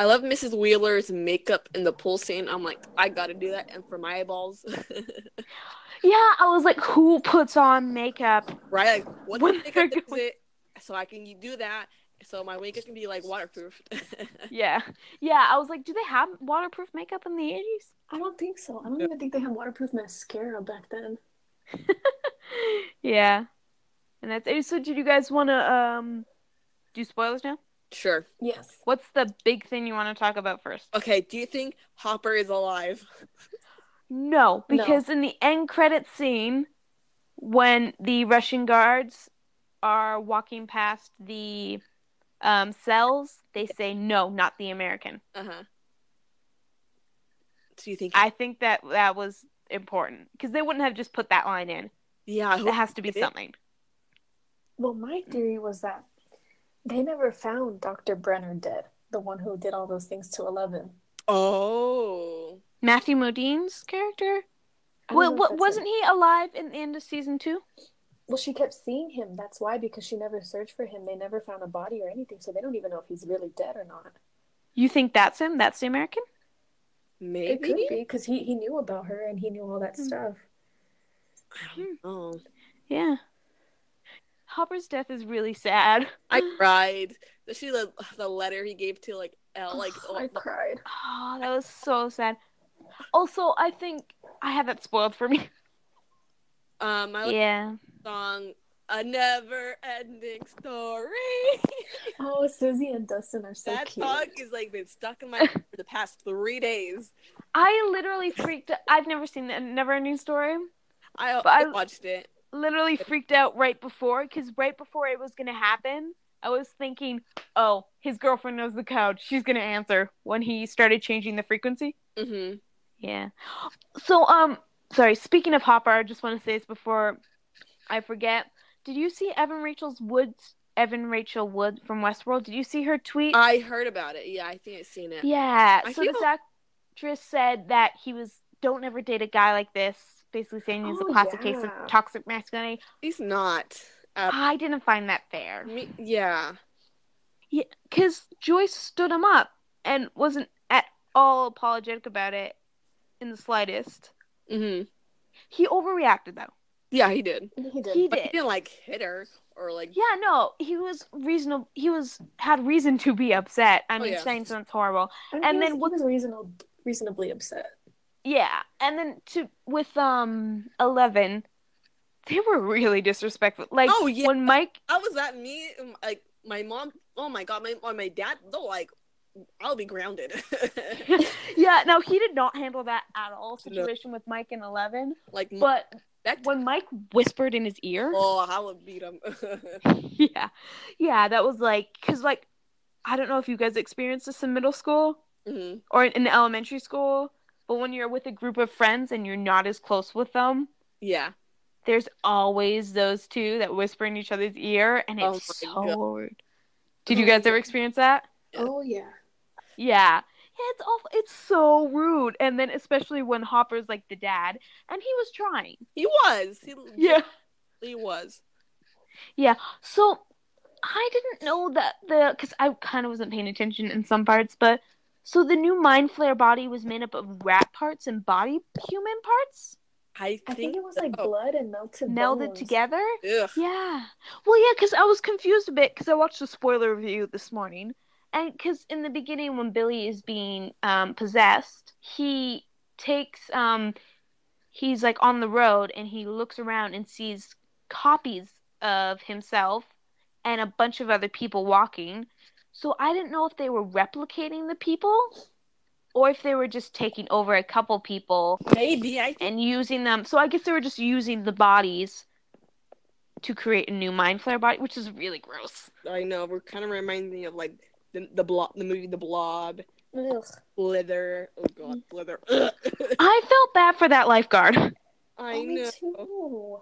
Speaker 4: I love Mrs. Wheeler's makeup in the pool scene. I'm like, I gotta do that, and for my eyeballs, [LAUGHS]
Speaker 1: Yeah, I was like, who puts on makeup?
Speaker 4: right? Like, what
Speaker 1: When
Speaker 4: makeup
Speaker 1: they're
Speaker 4: is it? So I can do that, so my makeup can be like waterproof. [LAUGHS]
Speaker 1: Yeah, yeah, I was like, do they have waterproof makeup in the 80s?
Speaker 2: I don't think so. I don't
Speaker 4: Yeah.
Speaker 2: even think they had waterproof mascara back then.
Speaker 1: [GASPS] yeah. And that's it. So, did you guys want to um do spoilers now?
Speaker 4: sure.
Speaker 2: Yes.
Speaker 1: What's the big thing you want to talk about first?
Speaker 4: Okay. Do you think Hopper is alive?
Speaker 1: No, because in the end credit scene, when the Russian guards are walking past the um, cells, they say no, not the American.
Speaker 4: Uh huh. Do you think?
Speaker 1: I think that that was important because they wouldn't have just put that line in.
Speaker 4: yeah. I
Speaker 1: Uh, It
Speaker 4: hope-
Speaker 1: has to be
Speaker 4: did it?
Speaker 1: something.
Speaker 2: Well, my theory was that they never found Dr. Brenner dead, the one who did all those things to Eleven.
Speaker 4: oh.
Speaker 1: Matthew Modine's character.
Speaker 2: I don't know
Speaker 1: Well,
Speaker 2: if
Speaker 1: wa-
Speaker 2: that's it.
Speaker 1: wasn't he alive in the end of season two?
Speaker 2: Well, she kept seeing him. That's why, because she never searched for him. They never found a body or anything, so they don't even know if he's really dead or not.
Speaker 1: You think that's him? That's the American?
Speaker 4: Maybe.
Speaker 2: It could be because he, he knew about her and he knew all that
Speaker 1: Hmm.
Speaker 2: stuff.
Speaker 4: I don't know.
Speaker 1: Yeah. Hopper's death is really sad.
Speaker 4: I
Speaker 2: Hmm.
Speaker 4: cried. Especially the the letter he gave to like L. Like
Speaker 2: [SIGHS] [GASPS] I
Speaker 4: oh,
Speaker 2: cried.
Speaker 1: Oh, that was so sad. Also, I think I had that spoiled for me.
Speaker 4: um. I like
Speaker 1: Yeah.
Speaker 4: the song. A never ending
Speaker 1: [LAUGHS]
Speaker 4: story.
Speaker 2: Oh, Susie and Dustin are so
Speaker 4: that
Speaker 2: cute.
Speaker 4: song is like been stuck in my head for the past three days.
Speaker 1: I literally freaked I've never seen the never ending story.
Speaker 4: I,
Speaker 1: But I-
Speaker 4: I watched it.
Speaker 1: Literally freaked out right before because right before it was gonna happen, I was thinking, Oh, his girlfriend knows the code. She's gonna answer when he started changing the frequency.
Speaker 4: hmm
Speaker 1: Yeah. So, um, sorry. Speaking of Hopper, I just want to say this before I forget. Did you see Evan Rachel's Woods? Evan Rachel Wood from Westworld. Did you see her tweet?
Speaker 4: I heard about it. Yeah, I think I've seen it.
Speaker 1: yeah.
Speaker 4: I
Speaker 1: so
Speaker 4: feel-
Speaker 1: this actress said that he was don't ever date a guy like this. Basically saying he's
Speaker 2: Oh,
Speaker 1: a classic case
Speaker 2: yeah.
Speaker 1: of toxic masculinity.
Speaker 4: He's not. Uh,
Speaker 1: I didn't find that fair.
Speaker 4: me- yeah.
Speaker 1: because Joyce stood him up and wasn't at all apologetic about it in the slightest.
Speaker 4: hmm
Speaker 1: He overreacted though.
Speaker 4: Yeah, he did.
Speaker 3: He did.
Speaker 1: He
Speaker 4: But he
Speaker 1: did.
Speaker 4: didn't like hit her or like.
Speaker 1: Yeah, no, he was reasonable. He was had reason to be upset. I
Speaker 4: Oh,
Speaker 1: mean,
Speaker 4: yeah.
Speaker 1: saying something's horrible.
Speaker 2: I mean,
Speaker 1: And
Speaker 2: he
Speaker 1: then
Speaker 2: was,
Speaker 1: what-
Speaker 2: he was reasonable, reasonably upset.
Speaker 1: Yeah, and then to with um eleven, they were really disrespectful. Like
Speaker 4: Oh, yeah.
Speaker 1: when Mike,
Speaker 4: I was at me um, like my mom. Oh my god, my or my dad. They're like, I'll be grounded. [LAUGHS]
Speaker 1: yeah, no, he did not handle that at all. Situation with Mike and eleven,
Speaker 4: like but,
Speaker 1: but when Mike whispered in his ear,
Speaker 4: Oh, I would beat him. [LAUGHS]
Speaker 1: [LAUGHS] yeah yeah that was like because like i don't know if you guys experienced this in middle school
Speaker 4: Mhm.
Speaker 1: or in, in elementary school but when you're with a group of friends and you're not as close with them
Speaker 4: Yeah.
Speaker 1: there's always those two that whisper in each other's ear and
Speaker 4: Oh
Speaker 1: it's
Speaker 4: my
Speaker 1: so
Speaker 4: God.
Speaker 1: weird did you guys ever experience that
Speaker 4: Yeah.
Speaker 2: Oh yeah.
Speaker 1: yeah Yeah, it's awful. It's so rude. And then, especially when Hopper's like the dad, and he was trying.
Speaker 4: He was. He
Speaker 1: Yeah.
Speaker 4: he was.
Speaker 1: So I didn't know that the because I kind of wasn't paying attention in some parts, but so the new mind flare body was made up of rat parts and body human parts
Speaker 4: I think,
Speaker 2: I think it was like
Speaker 4: so.
Speaker 2: blood and melted
Speaker 1: melded
Speaker 2: bones.
Speaker 1: together.
Speaker 4: Ugh.
Speaker 1: Yeah. Well, yeah, because I was confused a bit because I watched the spoiler review this morning, and because in the beginning when Billy is being um, possessed, he takes um, he's like on the road and he looks around and sees copies of himself and a bunch of other people walking. So I didn't know if they were replicating the people or if they were just taking over a couple people
Speaker 4: Maybe I think
Speaker 1: and using them. So I guess they were just using the bodies to create a new mind flare body, which is really gross.
Speaker 4: I know. We're kind of reminding me of like the the blob, the movie The Blob,
Speaker 2: Ugh.
Speaker 4: Blither. Oh
Speaker 2: Mm-hmm.
Speaker 4: god, Blither. Ugh. [LAUGHS]
Speaker 1: I felt bad for that lifeguard. [LAUGHS]
Speaker 4: I
Speaker 2: Oh, me
Speaker 4: know.
Speaker 2: too.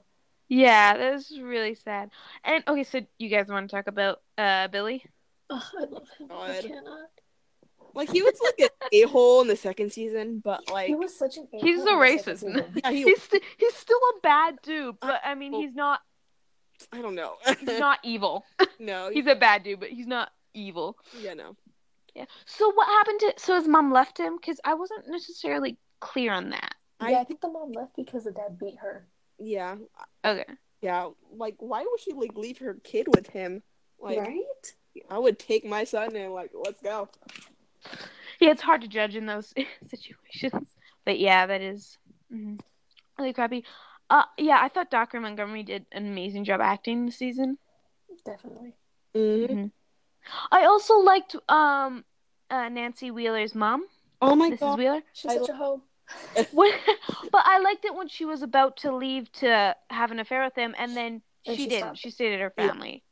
Speaker 1: yeah, that was really sad. And okay, so you guys want to talk about uh Billy?
Speaker 2: Ugh, I love him. I
Speaker 4: God.
Speaker 2: cannot.
Speaker 4: Like he was like an [LAUGHS] a hole in the second season, but like
Speaker 2: he was such an.
Speaker 1: He's
Speaker 2: a-hole
Speaker 1: a
Speaker 2: in the second
Speaker 1: racist.
Speaker 2: season.
Speaker 4: yeah, he.
Speaker 1: [LAUGHS] He's st- he's still a bad dude, but I mean he's not
Speaker 4: I don't know. [LAUGHS]
Speaker 1: he's not evil.
Speaker 4: no.
Speaker 1: He's a bad dude, but he's not evil.
Speaker 4: yeah, no.
Speaker 1: Yeah. So what happened to so his mom left him cuz I wasn't necessarily clear on that.
Speaker 4: I
Speaker 2: yeah, I think the mom left because the dad beat her.
Speaker 4: Yeah,
Speaker 1: Okay.
Speaker 4: yeah. Like, why would she like leave her kid with him? Like,
Speaker 2: right?
Speaker 4: I would take my son and like, let's go.
Speaker 1: yeah, it's hard to judge in those [LAUGHS] situations. But yeah, that is, mhm, really crappy. Uh, yeah, I thought Dr. Montgomery did an amazing job acting this season.
Speaker 2: Definitely.
Speaker 4: Mm-hmm.
Speaker 1: I also liked um, uh, Nancy Wheeler's mom,
Speaker 4: Oh my
Speaker 1: Mrs.
Speaker 4: god.
Speaker 1: Wheeler. [LAUGHS]
Speaker 2: She's
Speaker 4: I
Speaker 2: such a hoe.
Speaker 1: When, but I liked it when she was about to leave to have an affair with him, and then she,
Speaker 2: And she
Speaker 1: didn't.
Speaker 2: stopped.
Speaker 1: She stayed at her
Speaker 4: Yeah.
Speaker 1: family,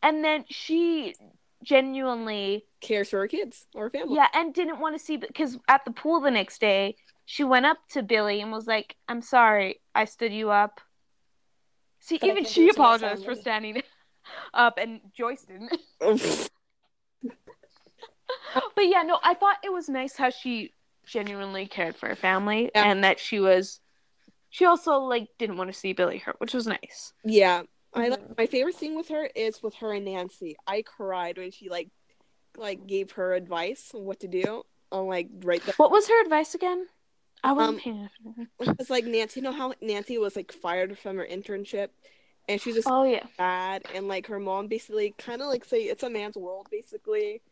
Speaker 1: and then she genuinely
Speaker 4: Cares for her kids or her family.
Speaker 1: Yeah, and didn't want to see because at the pool the next day, she went up to Billy and was like, "I'm sorry, I stood you up." See,
Speaker 2: But I
Speaker 1: even
Speaker 2: can't
Speaker 1: she
Speaker 2: do it to my
Speaker 1: apologized for
Speaker 2: family.
Speaker 1: standing [LAUGHS] up, and Joyce didn't. [LAUGHS]
Speaker 4: [LAUGHS] Yeah.
Speaker 1: but yeah, no, I thought it was nice how she genuinely cared for her family
Speaker 4: Yeah.
Speaker 1: and that she was. She also like didn't want to see Billy hurt, which was nice.
Speaker 4: yeah. I
Speaker 2: Mhm.
Speaker 4: like my favorite scene with her is with her and Nancy. I cried when she like like gave her advice on what to do. On like right there.
Speaker 1: What was her advice again? I wasn't
Speaker 4: Um,
Speaker 1: paying attention.
Speaker 4: It's like Nancy, you know how Nancy was like fired from her internship and she's just
Speaker 1: Oh yeah,
Speaker 4: bad and like her mom basically kind of like say it's a man's world basically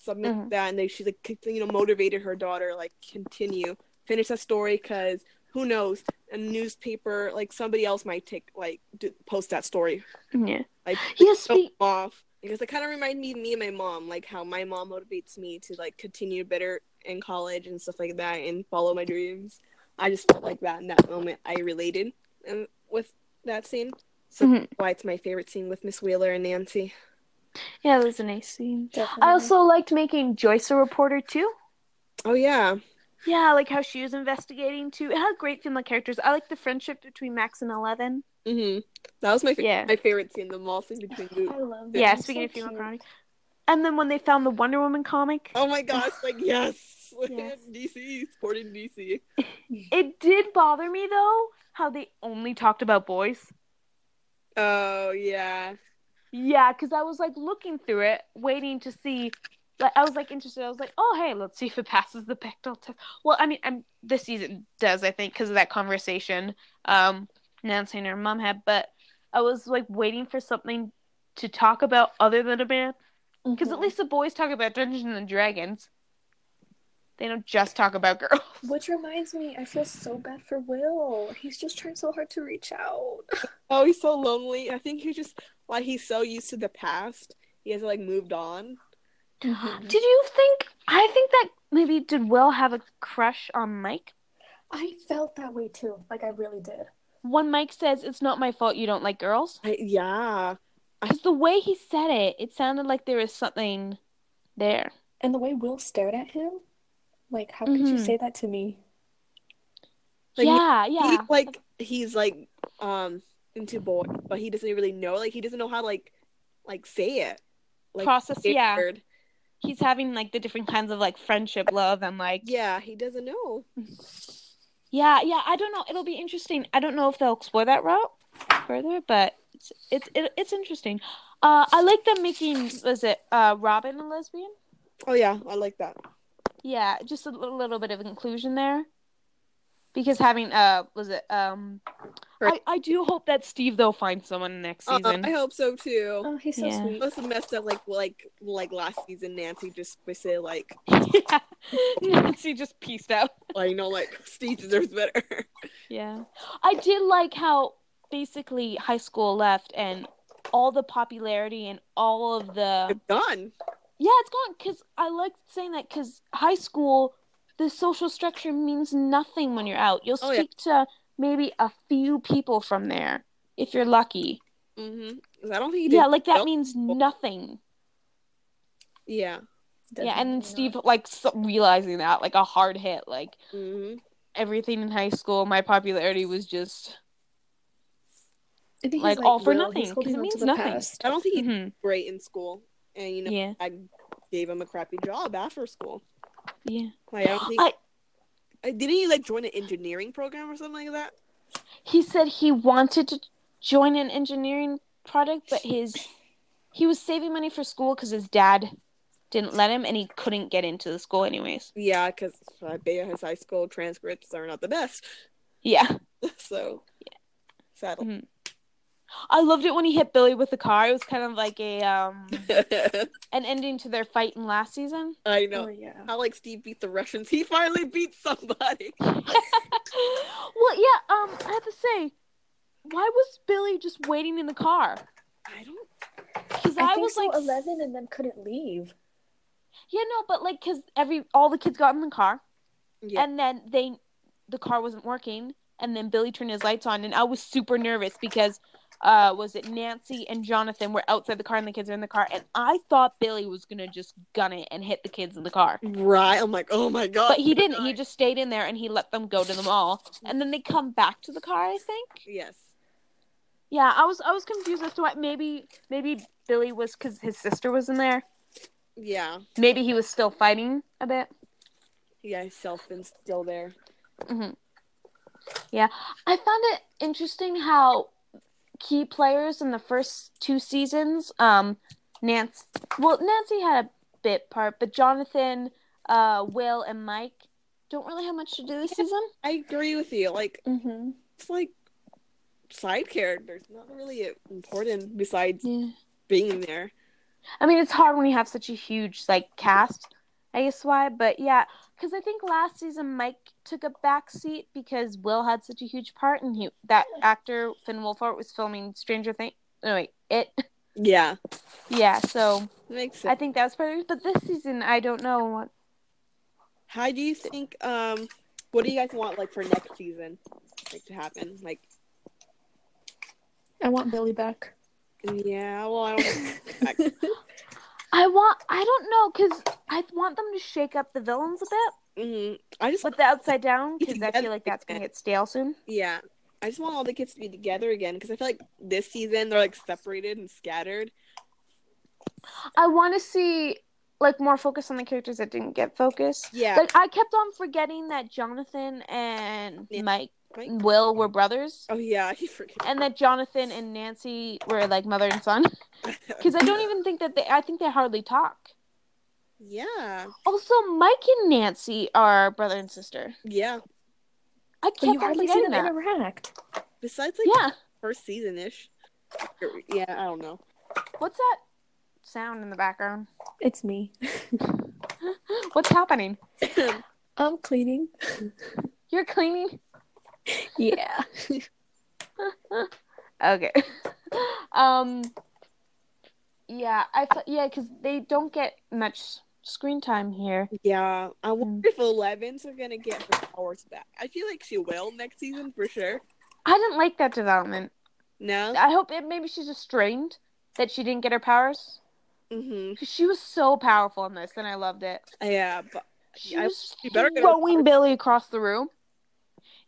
Speaker 4: something like
Speaker 1: Mhm.
Speaker 4: that and they, she's like c- you know motivated her daughter like continue finish that story because who knows a newspaper like somebody else might take like do, post that story
Speaker 1: yeah.
Speaker 4: like
Speaker 1: Yes,
Speaker 4: so
Speaker 1: speak.
Speaker 4: off because it kind of reminded me of me and my mom like how my mom motivates me to like continue better in college and stuff like that and follow my dreams i just felt like that in that moment i related um, with that scene so
Speaker 1: Mhm.
Speaker 4: why it's my favorite scene with Miss Wheeler and Nancy.
Speaker 1: Yeah, that was a nice scene.
Speaker 2: Definitely.
Speaker 1: I also liked making Joyce a reporter too.
Speaker 4: Oh yeah,
Speaker 1: Yeah, like how she was investigating too. It had great female characters. I like the friendship between Max and Eleven.
Speaker 4: Mm-hmm. That was my fa-
Speaker 1: Yeah.
Speaker 4: my favorite scene, the mall scene between Luke.
Speaker 2: I love that.
Speaker 1: Yeah,
Speaker 2: It's
Speaker 1: speaking
Speaker 2: so
Speaker 1: of female
Speaker 2: cute.
Speaker 1: comics. And then when they found the Wonder Woman comic,
Speaker 4: Oh my gosh! Like yes, [LAUGHS]
Speaker 1: Yes.
Speaker 4: DC supporting DC.
Speaker 1: it did bother me though how they only talked about boys.
Speaker 4: Oh yeah.
Speaker 1: Yeah, because I was like looking through it, waiting to see. Like I was like interested. I was like, oh hey, let's see if it passes the Bechdel test. Well, I mean, i this season does, I think, because of that conversation um, Nancy and her mom had. But I was like waiting for something to talk about other than a man, because
Speaker 2: Mhm.
Speaker 1: at least the boys talk about Dungeons and Dragons. They don't just talk about girls.
Speaker 2: Which reminds me, I feel so bad for Will. He's just trying so hard to reach out.
Speaker 4: Oh, he's so lonely. I think he just like he's so used to the past. He has like moved on.
Speaker 1: [LAUGHS] Did you think? I think that maybe did Will have a crush on Mike?
Speaker 2: I felt that way too. Like I really did.
Speaker 1: When Mike says, "It's not my fault you don't like girls."
Speaker 4: I, yeah.
Speaker 1: Because the way he said it, it sounded like there was something there.
Speaker 2: And the way Will stared at him, like how could you
Speaker 1: Mhm.
Speaker 2: say that to me?
Speaker 4: Like, he-
Speaker 1: yeah,
Speaker 4: He,
Speaker 1: yeah.
Speaker 4: like he's like um into boy, but he doesn't really know. Like he doesn't know how to like like say it. Like
Speaker 1: Process,
Speaker 4: say
Speaker 1: yeah.
Speaker 4: word.
Speaker 1: He's having like the different kinds of like friendship, love, and like
Speaker 4: Yeah. He doesn't know.
Speaker 1: yeah, yeah. I don't know. It'll be interesting. I don't know if they'll explore that route further, but it's it's it, it's interesting. Uh, I like them making was it uh Robin a lesbian?
Speaker 4: Oh yeah, I like that.
Speaker 1: Yeah, just a little, little bit of inclusion there. Because having uh was it um I,
Speaker 4: Right.
Speaker 1: I do hope that Steve though finds someone next
Speaker 4: Uh,
Speaker 1: season.
Speaker 4: I hope so too.
Speaker 2: Oh, he's so
Speaker 1: Yeah.
Speaker 2: sweet.
Speaker 4: Must have messed up like like like last season. Nancy just was say like
Speaker 1: [LAUGHS] yeah. Nancy just pieced out.
Speaker 4: like you know like [LAUGHS] Steve deserves better. [LAUGHS]
Speaker 1: Yeah. I did like how basically high school left and all the popularity and all of the
Speaker 4: It's done.
Speaker 1: Yeah, it's gone cuz I like saying that cuz high school the social structure means nothing when you're out. You'll
Speaker 4: Oh, yeah.
Speaker 1: speak to maybe a few people from there if you're lucky.
Speaker 4: Mm-hmm. I don't think he did.
Speaker 1: Yeah, like that
Speaker 4: well.
Speaker 1: means nothing.
Speaker 4: Yeah.
Speaker 1: yeah, and then
Speaker 2: Definitely
Speaker 1: Steve like s realizing that like a hard hit like
Speaker 4: Mm-hmm.
Speaker 1: everything in high school my popularity was just
Speaker 2: not. I think he's
Speaker 1: like, all for
Speaker 2: Will,
Speaker 1: nothing,
Speaker 2: he's
Speaker 1: 'cause
Speaker 2: holding
Speaker 1: it
Speaker 2: on to
Speaker 1: means
Speaker 2: the
Speaker 1: nothing. [LAUGHS]
Speaker 2: past.
Speaker 4: I don't think he did
Speaker 1: Mhm.
Speaker 4: great in school, and you know
Speaker 1: yeah
Speaker 4: I gave him a crappy job after school.
Speaker 1: yeah
Speaker 4: Like I don't think.
Speaker 1: I-
Speaker 4: Uh, didn't he like join an engineering program or something like that?
Speaker 1: he said he wanted to join an engineering project but his he was saving money for school because his dad didn't let him and he couldn't get into the school anyways
Speaker 4: Yeah, because I bet his high school transcripts are not the best. [LAUGHS]
Speaker 1: yeah
Speaker 4: so
Speaker 1: Mhm.
Speaker 4: sadly.
Speaker 1: i loved it when he hit billy with the car it was kind of like a um an ending to their fight in last season
Speaker 4: [LAUGHS]
Speaker 1: [GASPS]
Speaker 4: I
Speaker 2: Oh
Speaker 4: know.
Speaker 2: yeah.
Speaker 4: How like Steve beat the Russians. [LAUGHS] He finally beat somebody.
Speaker 1: well yeah um i have to say why was billy just waiting in the car
Speaker 4: I don't.
Speaker 1: because
Speaker 2: I,
Speaker 1: i,
Speaker 2: think
Speaker 1: was
Speaker 2: so,
Speaker 1: like
Speaker 2: eleven and then couldn't leave.
Speaker 1: Yeah, no, but like, cause every all the kids got in the car,
Speaker 4: Yeah.
Speaker 1: and then they, the car wasn't working, and then Billy turned his lights on, and I was super nervous because, uh, was it Nancy and Jonathan were outside the car, and the kids are in the car, and I thought Billy was gonna just gun it and hit the kids in the car,
Speaker 4: Right. I'm like, oh my god.
Speaker 1: but he didn't. He
Speaker 4: right.
Speaker 1: just stayed in there and he let them go to the mall, and then they come back to the car. I think.
Speaker 4: Yes.
Speaker 1: Yeah, I was I was confused as to why maybe maybe Billy was because his sister was in there.
Speaker 4: Yeah.
Speaker 1: Maybe he was still fighting a bit.
Speaker 4: Yeah. His self been still there.
Speaker 1: hmm Yeah, I found it interesting how key players in the first two seasons, um, Nancy, well, Nancy had a bit part, but Jonathan, uh, Will, and Mike don't really have much to do this season.
Speaker 4: I agree with you. Like
Speaker 2: Mm-hmm.
Speaker 4: it's like side characters, not really important besides
Speaker 1: Yeah,
Speaker 4: being there.
Speaker 1: I mean, it's hard when you have such a huge like cast. I guess why, but yeah, because I think last season Mike took a back seat because Will had such a huge part, and he that actor Finn Wolfhard was filming Stranger Things. No, wait, it. [LAUGHS]
Speaker 4: Yeah,
Speaker 1: Yeah, so
Speaker 4: makes sense.
Speaker 1: I think that was part of it. But this season, I don't know what.
Speaker 4: How do you think? Um, what do you guys want like for next season, like to happen? Like,
Speaker 2: I want Billy back.
Speaker 4: yeah. Well, I
Speaker 1: [LAUGHS]
Speaker 2: [LAUGHS]
Speaker 4: don't.
Speaker 1: I want. I don't know because I want them to shake up the villains a bit.
Speaker 4: hmm I just
Speaker 1: With the upside down, because I
Speaker 4: Together
Speaker 1: feel like that's gonna get stale soon.
Speaker 4: yeah, I just want all the kids to be together again because I feel like this season they're like separated and scattered.
Speaker 1: I want to see like more focus on the characters that didn't get focus.
Speaker 4: Yeah,
Speaker 1: Like I kept on forgetting that Jonathan and
Speaker 4: Yeah.
Speaker 1: Mike
Speaker 4: Mike?
Speaker 1: and Will were brothers,
Speaker 4: oh yeah, [LAUGHS] he freaking
Speaker 1: and that Jonathan and Nancy were like mother and
Speaker 2: [LAUGHS]
Speaker 1: son.
Speaker 4: [LAUGHS]
Speaker 1: Because I don't even think that they. I think they hardly talk.
Speaker 4: yeah,
Speaker 1: Also, Mike and Nancy are brother and sister.
Speaker 4: yeah.
Speaker 1: I
Speaker 2: But
Speaker 1: kept
Speaker 2: you
Speaker 1: on
Speaker 2: hardly see
Speaker 1: forgetting
Speaker 2: them
Speaker 1: that.
Speaker 2: interact.
Speaker 4: Besides like
Speaker 1: Yeah.
Speaker 4: first season ish. Yeah, I don't know.
Speaker 1: What's that sound in the background?
Speaker 2: It's me.
Speaker 1: [GASPS] What's happening?
Speaker 2: I'm cleaning.
Speaker 1: You're cleaning.
Speaker 2: Yeah.
Speaker 1: Okay. [LAUGHS] um. Yeah, I fe- yeah, because they don't get much screen time here.
Speaker 4: Yeah, I
Speaker 1: Mm.
Speaker 4: wonder if Eleven's are gonna get her powers back. I feel like she will next season for sure.
Speaker 1: I didn't like that development.
Speaker 4: No,
Speaker 1: I hope it, maybe she's just drained that she didn't get her powers.
Speaker 4: hmm
Speaker 1: 'Cause she was so powerful in this, and I loved it.
Speaker 4: yeah, but
Speaker 1: She
Speaker 4: I-
Speaker 1: was
Speaker 4: you better get her
Speaker 1: throwing Billy across the room.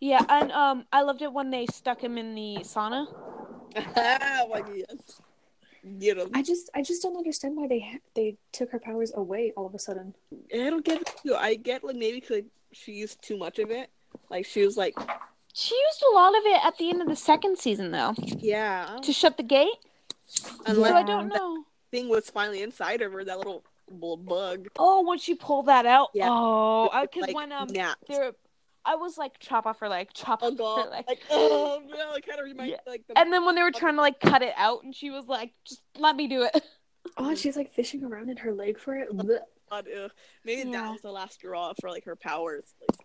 Speaker 1: Yeah, and um, I loved it when they stuck him in the sauna.
Speaker 4: ah,
Speaker 1: [LAUGHS]
Speaker 4: like yes, get 'em.
Speaker 2: [LAUGHS] I just I just don't understand why they ha- they took her powers away all of a sudden.
Speaker 4: I don't get it. Too. I get like maybe 'cause, like, she used too much of it. Like she was like,
Speaker 1: She used a lot of it at the end of the second season, though,
Speaker 4: yeah, I don't-
Speaker 1: to shut the gate.
Speaker 4: unless
Speaker 1: So
Speaker 2: Yeah.
Speaker 1: I don't know.
Speaker 4: thing was finally inside of her, that little little bug.
Speaker 1: Oh, once she pulled that out.
Speaker 4: Yeah.
Speaker 1: Oh, because
Speaker 4: like,
Speaker 1: when um,
Speaker 4: napped.
Speaker 1: there, I was like chop off her leg, chop
Speaker 4: Oh
Speaker 1: off her [LAUGHS]
Speaker 4: god,
Speaker 1: leg.
Speaker 4: [LAUGHS] like [LAUGHS] oh no, it kind of reminds
Speaker 1: Yeah.
Speaker 4: me like the
Speaker 1: And then when they were trying to like cut it out, and she was like, "Just let me do it." Mm-hmm.
Speaker 2: Oh, and she's like fishing around in her leg for it. Blech.
Speaker 4: god, ugh. maybe
Speaker 1: Yeah.
Speaker 4: that was the last straw for like her powers. Like,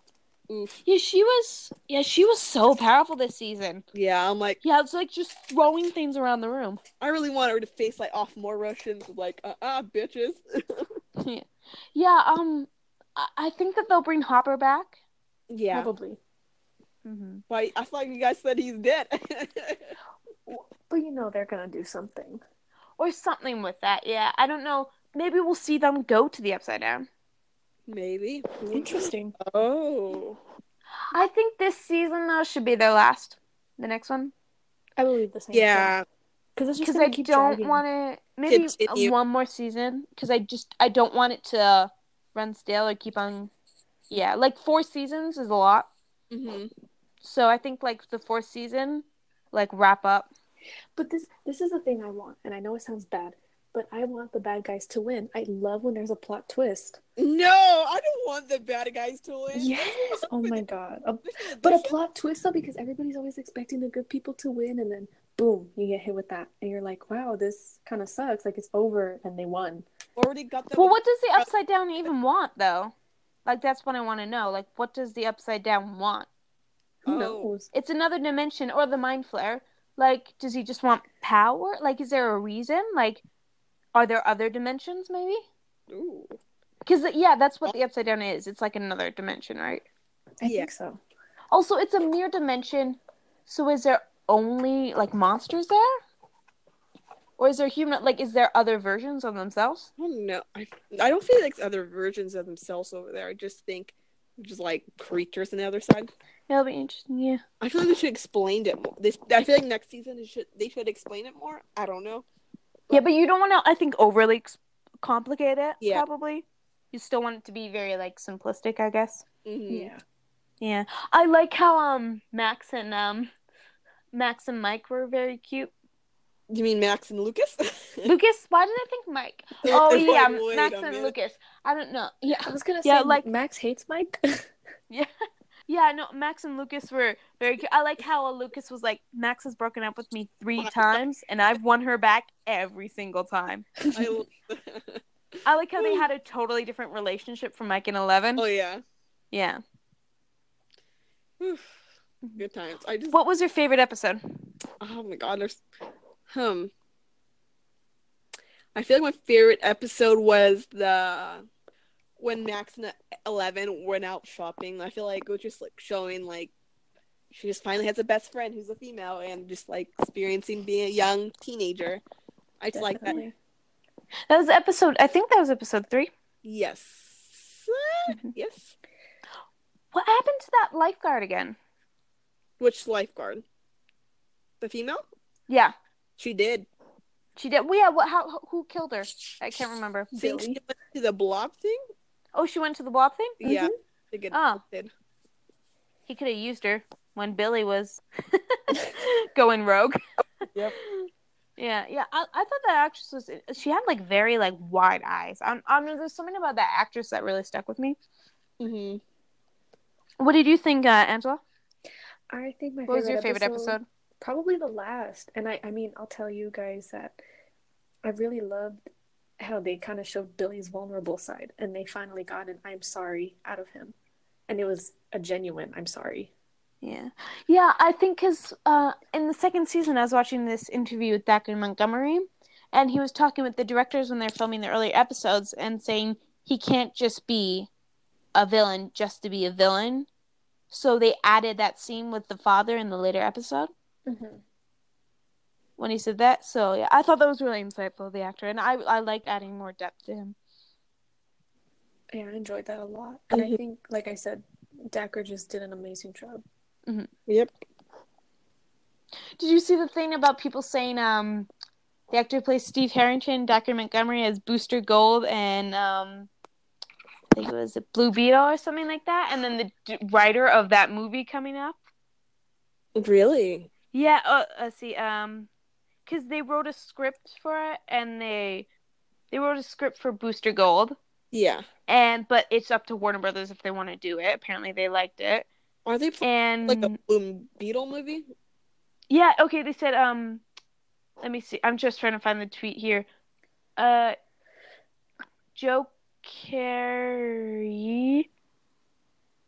Speaker 4: oof.
Speaker 1: [LAUGHS] Yeah, she was. Yeah, she was so powerful this season.
Speaker 4: Yeah, I'm like.
Speaker 1: Yeah, it's like just throwing things around the room. [LAUGHS]
Speaker 4: I really want her to face like off more Russians, like uh uh bitches.
Speaker 1: yeah. yeah, um, I-, I think that they'll bring Hopper back.
Speaker 4: yeah,
Speaker 2: Probably.
Speaker 1: Mm-hmm.
Speaker 4: but I thought you guys said he's dead. [LAUGHS]
Speaker 2: But you know they're gonna do something.
Speaker 1: Or something with that. Yeah, I don't know. Maybe we'll see them go to the Upside Down.
Speaker 4: Maybe.
Speaker 1: Mm-hmm.
Speaker 2: Interesting.
Speaker 4: Oh,
Speaker 1: I think this season, though, should be their last. The next one.
Speaker 2: I believe the same.
Speaker 4: yeah,
Speaker 2: Because it's just
Speaker 1: Because
Speaker 2: gonna
Speaker 1: I
Speaker 2: keep
Speaker 1: don't
Speaker 2: dragging.
Speaker 1: want to. Maybe
Speaker 4: Continue.
Speaker 1: one more season. Because I just. I don't want it to uh, run stale or keep on. Yeah, like four seasons is a lot.
Speaker 4: hmm
Speaker 1: So I think, like, the fourth season, like, wrap up.
Speaker 2: But this this is the thing I want, and I know it sounds bad, but I want the bad guys to win. I love when there's a plot twist.
Speaker 4: no, I don't want the bad guys to win.
Speaker 2: Yes. Oh my god. A-
Speaker 4: Especially
Speaker 2: but a
Speaker 4: this-
Speaker 2: plot twist though, because everybody's always expecting the good people to win, and then boom, you get hit with that, and you're like, wow, this kind of sucks. Like it's over, and they won.
Speaker 4: already got that.
Speaker 1: Well, what does the upside down even want, though? Like, that's what I want to know. Like, what does the upside down want?
Speaker 2: Who
Speaker 4: Oh.
Speaker 2: knows?
Speaker 1: It's another dimension or the mind flare. Like, does he just want power? Like, is there a reason? Like, are there other dimensions, maybe?
Speaker 4: Ooh.
Speaker 1: Because, yeah, that's what the upside down is. It's like another dimension, right?
Speaker 2: I
Speaker 4: Yeah.
Speaker 2: think so.
Speaker 1: Also, it's a mere dimension. So, is there only, like, monsters there? Or is there human? Like, is there other versions of themselves?
Speaker 4: I don't know. I, I don't feel like other versions of themselves over there. I just think just like creatures on the other side.
Speaker 1: That'll be interesting, yeah.
Speaker 4: I feel like they should explain it more. They, I feel like next season they should they should explain it more. I don't know.
Speaker 1: Yeah, but you don't want to. I think overly ex- complicate it.
Speaker 4: Yeah.
Speaker 1: Probably. You still want it to be very like simplistic, I guess. Mm.
Speaker 4: Mhm.
Speaker 2: Yeah.
Speaker 1: Yeah, I like how um Max and um Max and Mike were very cute.
Speaker 4: You mean Max and Lucas? [LAUGHS]
Speaker 1: Lucas, why did I think Mike? Oh
Speaker 4: Wait,
Speaker 1: yeah,
Speaker 4: wait
Speaker 1: Max
Speaker 4: a
Speaker 1: and
Speaker 4: minute.
Speaker 1: Lucas. I don't know. Yeah,
Speaker 2: I was gonna say,
Speaker 1: Yeah, like-
Speaker 2: like Max hates
Speaker 1: [LAUGHS]
Speaker 2: Mike.
Speaker 1: yeah, yeah. No, Max and Lucas were very cute. I like how Lucas was like, Max has broken up with me three times, and I've won her back every single time.
Speaker 4: I love- [LAUGHS]
Speaker 1: I like how they had a totally different relationship from Mike and Eleven.
Speaker 4: oh yeah.
Speaker 1: Yeah.
Speaker 4: Oof. Good times. I just
Speaker 1: What was your favorite episode?
Speaker 4: oh my god, there's um I feel like my favorite episode was the when Max and Eleven went out shopping. I feel like it was just like showing like she just finally has a best friend who's a female and just like experiencing being a young teenager. I just like that.
Speaker 2: Definitely.
Speaker 1: That was episode. I think that was episode three.
Speaker 4: Yes. Yes.
Speaker 1: What happened to that lifeguard again?
Speaker 4: Which lifeguard? The female?
Speaker 1: Yeah,
Speaker 4: She did.
Speaker 1: she did. Well, yeah. What? How? Who killed her? I can't remember.
Speaker 4: I think she went to the blob thing.
Speaker 1: Oh, she went to the blob thing.
Speaker 4: Yeah, to get
Speaker 1: Oh,
Speaker 4: did.
Speaker 1: he could have used her when Billy was [LAUGHS] going rogue.
Speaker 4: Yep.
Speaker 1: Yeah, yeah. I, I thought that actress was. She had like very like wide eyes. I'm, I'm. There's something about that actress that really stuck with me.
Speaker 4: hmm
Speaker 1: What did you think, uh, Angela?
Speaker 2: I think my
Speaker 1: What was your favorite episode?
Speaker 2: probably the last and i i mean i'll tell you guys that i really loved how they kind of showed billy's vulnerable side and they finally got an i'm sorry out of him and it was a genuine i'm sorry
Speaker 1: Yeah, yeah. I think because uh, in the second season, I was watching this interview with Thackeray Montgomery, and he was talking with the directors when they're filming the earlier episodes and saying he can't just be a villain just to be a villain. So they added that scene with the father in the later episode. Mm-hmm. when he said that. So yeah, I thought that was really insightful of the actor, and I I liked adding more depth to him.
Speaker 2: yeah i enjoyed that a lot and i
Speaker 1: Mm-hmm.
Speaker 4: Mhm.
Speaker 2: think like i said Dacker just did an amazing job
Speaker 4: Yep.
Speaker 1: Did you see the thing about people saying um the actor who plays Steve Harrington, Dr. Montgomery as Booster Gold, and um I think it was a Blue Beetle or something like that, and then the d- writer of that movie coming up.
Speaker 4: Really?
Speaker 1: Yeah, uh, uh see, um, because they wrote a script for it, and they they wrote a script for Booster Gold,
Speaker 4: Yeah.
Speaker 1: and but it's up to Warner Brothers if they want to do it. Apparently, they liked it,
Speaker 4: Are they playing
Speaker 1: and
Speaker 4: like a Bloom Beetle movie?
Speaker 1: Yeah, okay, they said um let me see. I'm just trying to find the tweet here. Uh Joe Carey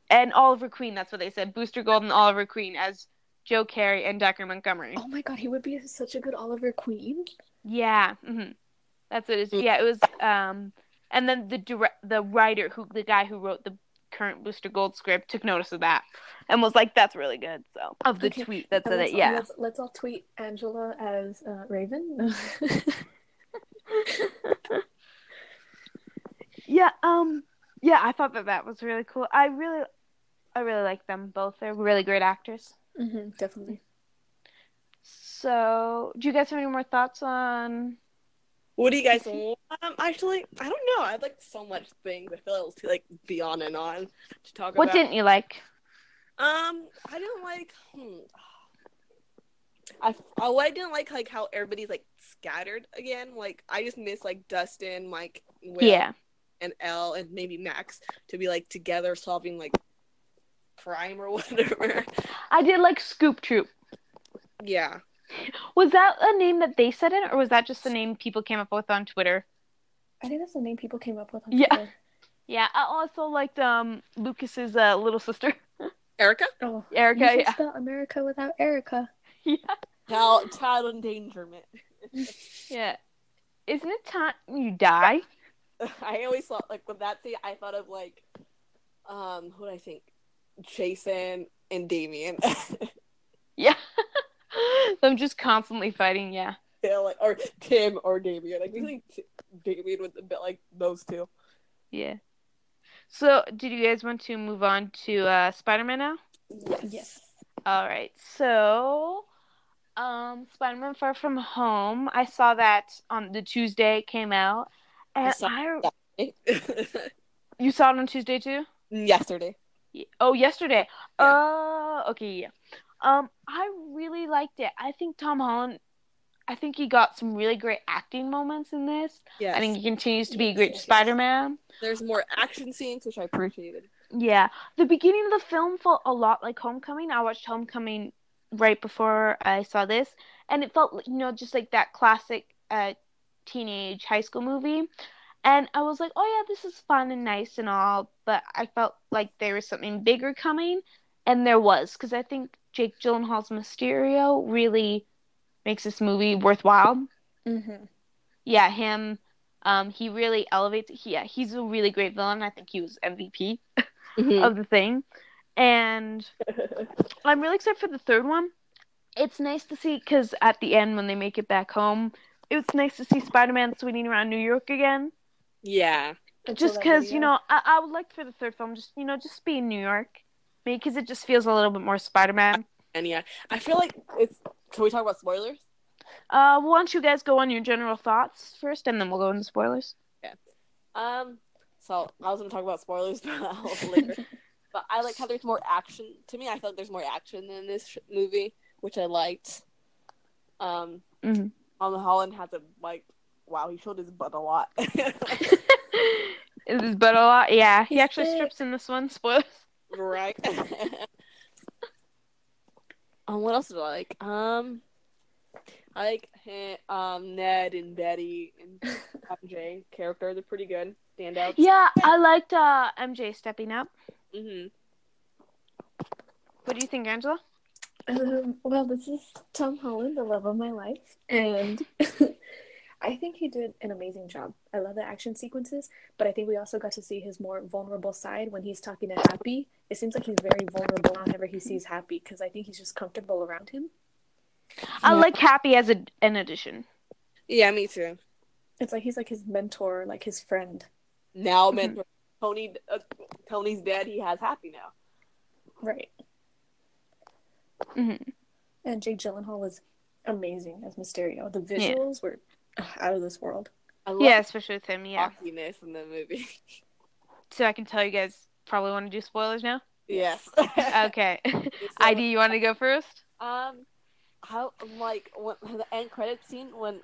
Speaker 1: and Oliver Queen, that's what they said. Booster Gold and Oliver Queen as Joe Carey and Decker Montgomery.
Speaker 2: oh my god he would be such a good oliver queen
Speaker 1: Yeah. hmm That's what it is.
Speaker 4: Mm.
Speaker 1: Yeah, it was um and then the direct, the writer who the guy who wrote the current Booster Gold script took notice of that and was like that's really good. So of the
Speaker 2: Okay.
Speaker 1: tweet that
Speaker 2: And
Speaker 1: said
Speaker 2: let's,
Speaker 1: it. Yeah.
Speaker 2: let's, let's all tweet angela as uh, raven [LAUGHS]
Speaker 1: yeah um yeah i thought that that was really cool i really i really like them both they're really great actors
Speaker 2: hmm definitely
Speaker 1: so do you guys have any more thoughts on
Speaker 4: What do you guys want? Um, actually, I don't know. I like so much things. I feel like it's like be on and on to talk
Speaker 1: what
Speaker 4: about.
Speaker 1: didn't you like
Speaker 4: Um, I didn't like. Hmm. I oh, I didn't like like how everybody's like scattered again. Like I just miss like Dustin, Mike, Will,
Speaker 1: yeah
Speaker 4: and L, and maybe Max to be like together solving like crime or [LAUGHS] whatever.
Speaker 1: i did like scoop troop
Speaker 4: yeah,
Speaker 1: was that a name that they said in or was that just the name people came up with on twitter
Speaker 2: i think that's the name people came up with on
Speaker 1: Yeah.
Speaker 2: Twitter.
Speaker 1: yeah i also liked um lucas's uh, little sister
Speaker 4: Erica.
Speaker 2: oh
Speaker 1: [LAUGHS]
Speaker 2: you
Speaker 1: erica
Speaker 2: can
Speaker 1: yeah.
Speaker 2: spell america without erica
Speaker 1: yeah
Speaker 4: Child, child endangerment.
Speaker 1: [LAUGHS] yeah isn't it time you die
Speaker 4: [LAUGHS] I always thought like with that scene, I thought of like, um, who do I think? Jason and Damien. [LAUGHS]
Speaker 1: [LAUGHS] yeah them just constantly fighting yeah
Speaker 4: Yeah, like or Tim or Damien. Like usually t- Damien with the bit like those two.
Speaker 1: Yeah. So, did you guys want to move on to uh, Spider-Man now?
Speaker 2: yes
Speaker 1: All right. So, um, Spider-Man Far From Home. I saw that on the Tuesday it came out, and I,
Speaker 4: saw
Speaker 1: you saw it on Tuesday too.
Speaker 4: [LAUGHS] Yesterday.
Speaker 1: Ye- Oh, yesterday.
Speaker 4: Yeah.
Speaker 1: Oh, okay. Yeah. Um, I really liked it. I think Tom Holland. I think he got some really great acting moments in this.
Speaker 4: Yeah.
Speaker 1: I think he continues to be a
Speaker 2: Yes,
Speaker 1: great
Speaker 2: yes, yes.
Speaker 1: Spider-Man.
Speaker 4: there's more action scenes, which I appreciated.
Speaker 1: Yeah, the beginning of the film felt a lot like Homecoming. I watched Homecoming right before I saw this, and it felt, you know, just like that classic uh, teenage high school movie. And I was like, oh yeah, this is fun and nice and all, but I felt like there was something bigger coming, and there was, because I think Jake Gyllenhaal's Mysterio really makes this movie worthwhile.
Speaker 2: Mm-hmm.
Speaker 1: Yeah, him, um, he really elevates. He, yeah, he's a really great villain. I think he was MVP
Speaker 4: Mm-hmm.
Speaker 1: of the thing. [LAUGHS] And I'm really excited for the third one. It's nice to see because at the end, when they make it back home, it was nice to see Spider Man swinging around New York again.
Speaker 4: yeah.
Speaker 1: Just because, you know, I-, I would like for the third film, just, you know, just be in New York. Maybe because it just feels a little bit more Spider Man.
Speaker 4: And yeah, I feel like it's. Can we talk about spoilers?
Speaker 1: Uh, why don't you guys go on your general thoughts first, and then we'll go into [LAUGHS] spoilers.
Speaker 4: Um, so I was gonna talk about spoilers, [LAUGHS] but I'll later. but I like how there's more action. To me, I feel like there's more action in this sh- movie, which I liked. Um,
Speaker 1: Mhm.
Speaker 4: Tom Holland has a like. Wow, he showed his butt a lot. [LAUGHS]
Speaker 1: Is- but a lot, yeah. He
Speaker 2: He's
Speaker 1: actually
Speaker 2: big.
Speaker 1: strips in this one. [LAUGHS] Spoilers.
Speaker 4: right. [LAUGHS] um, what else did I like? Um, I like him, um Ned and Betty and MJ character. They're pretty good standouts.
Speaker 1: Yeah, I liked uh, MJ stepping up.
Speaker 4: hmm
Speaker 1: What do you think, Angela?
Speaker 2: Um, well, this is Tom Holland, the love of my life, and [LAUGHS] I think he did an amazing job. I love the action sequences, but I think we also got to see his more vulnerable side when he's talking to Happy. It seems like he's very vulnerable whenever he sees Happy because I think he's just comfortable around him.
Speaker 1: I
Speaker 2: Yeah.
Speaker 1: like Happy as a, an addition.
Speaker 4: Yeah, me too.
Speaker 2: It's like he's like his mentor, like his friend.
Speaker 4: Now,
Speaker 1: Mm-hmm.
Speaker 4: man, Tony, uh, Tony's dead. He has happy now.
Speaker 2: Right.
Speaker 1: Mhm.
Speaker 2: And Jake Gyllenhaal was amazing as Mysterio. The visuals were ugh, out of this world.
Speaker 4: I love
Speaker 1: Yeah, especially with him.
Speaker 4: the
Speaker 1: Yeah.
Speaker 4: cockiness in the movie. [LAUGHS]
Speaker 1: So I can tell you guys probably want to do spoilers [LAUGHS] now.
Speaker 4: yes.
Speaker 1: [LAUGHS] Okay.
Speaker 4: It's so-
Speaker 1: ID,
Speaker 4: [LAUGHS]
Speaker 1: you want to go first?
Speaker 4: Um, how I'm like when, the end credit scene when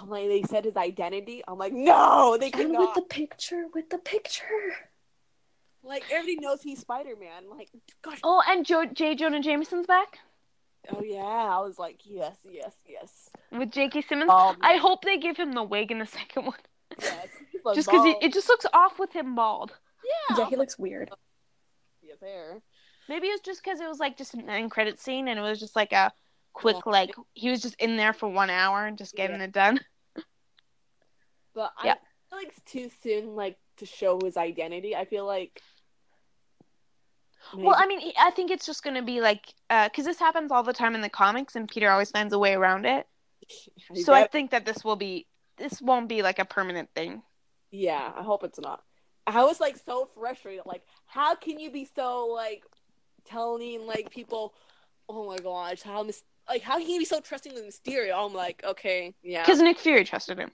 Speaker 4: I'm like they said his identity. I'm like, no, they
Speaker 2: And with
Speaker 4: cannot.
Speaker 2: the picture, with the picture.
Speaker 4: Like everybody knows he's Spider Man. Like, gosh.
Speaker 1: Oh, and jo- J. Jonah Jameson's back
Speaker 4: Oh yeah, I was like, yes, yes, yes.
Speaker 1: with J.K. Simmons.
Speaker 4: Um,
Speaker 1: I hope they give him the wig in the [LAUGHS] second one. [LAUGHS]
Speaker 4: yes. He's like
Speaker 1: Just because it,
Speaker 4: bald.
Speaker 1: it just looks off with him bald.
Speaker 4: yeah,
Speaker 2: Yeah, he looks weird.
Speaker 4: yes, hair.
Speaker 1: Maybe it's just because it was like just an end credit scene and it was just like a quick, like, he was just in there for one hour and just getting it done.
Speaker 4: But I
Speaker 1: Yeah.
Speaker 4: feel like it's too soon, like to show his identity. I feel like.
Speaker 1: Well, I mean, he- I think it's just going to be like, because this happens all the time in the comics and Peter always finds a way around it.
Speaker 4: Maybe-
Speaker 1: So I think that this will be, this won't be like a permanent thing.
Speaker 4: Yeah, I hope it's not. I was like so frustrated. Like, how can you be so like telling like people, oh my gosh, how mis- like how can you be so trusting with Mysterio? I'm like, okay, yeah,
Speaker 1: Because Nick Fury trusted him.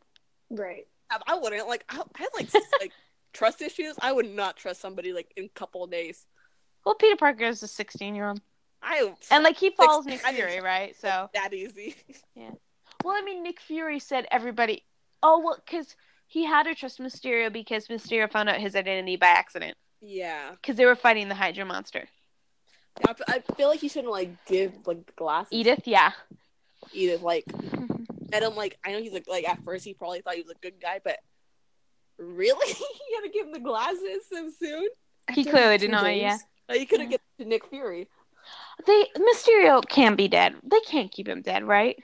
Speaker 2: Right.
Speaker 4: I, I wouldn't like I, I have
Speaker 1: [LAUGHS]
Speaker 4: like s- like trust issues. I would not trust somebody like in a couple of days.
Speaker 1: Well, Peter Parker is a 16 year old.
Speaker 4: I
Speaker 1: And like he follows Nick
Speaker 4: Six- I didn't-
Speaker 1: Fury, right? So,
Speaker 4: that easy. [LAUGHS]
Speaker 1: well, I mean, Nick Fury said everybody. Oh, well, because he had to trust Mysterio because Mysterio found out his identity by accident
Speaker 4: yeah,
Speaker 1: because they were fighting the Hydra monster.
Speaker 4: I, I feel like you shouldn't like give like glasses.
Speaker 1: Edith, yeah.
Speaker 4: to Edith like And I'm like, I know he's like, like at first he probably thought he was a good guy, but really, [LAUGHS] you had to give him the glasses so soon?
Speaker 1: He
Speaker 2: After
Speaker 1: clearly
Speaker 2: two
Speaker 1: did not,
Speaker 2: days,
Speaker 1: yeah.
Speaker 4: Like, you could have given it to Nick Fury.
Speaker 1: They Mysterio can't be dead. They can't keep him dead, right?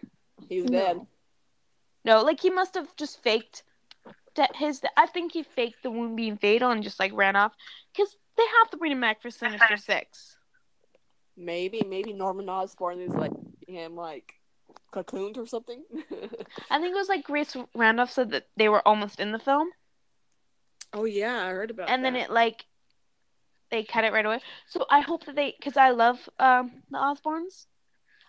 Speaker 4: He's
Speaker 2: No.
Speaker 4: dead.
Speaker 1: No, like he must have just faked that his. I think he faked the wound being fatal and just like ran off because they have to bring him back for Sinister Six.
Speaker 4: Maybe, maybe Norman Osborn is like him, like cocooned or something. [LAUGHS]
Speaker 1: I think it was like Grace Randolph said that they were almost in the film,
Speaker 4: oh yeah, I heard about.
Speaker 1: and then it like they cut it right away. So I hope that they, because I love um the Osborns.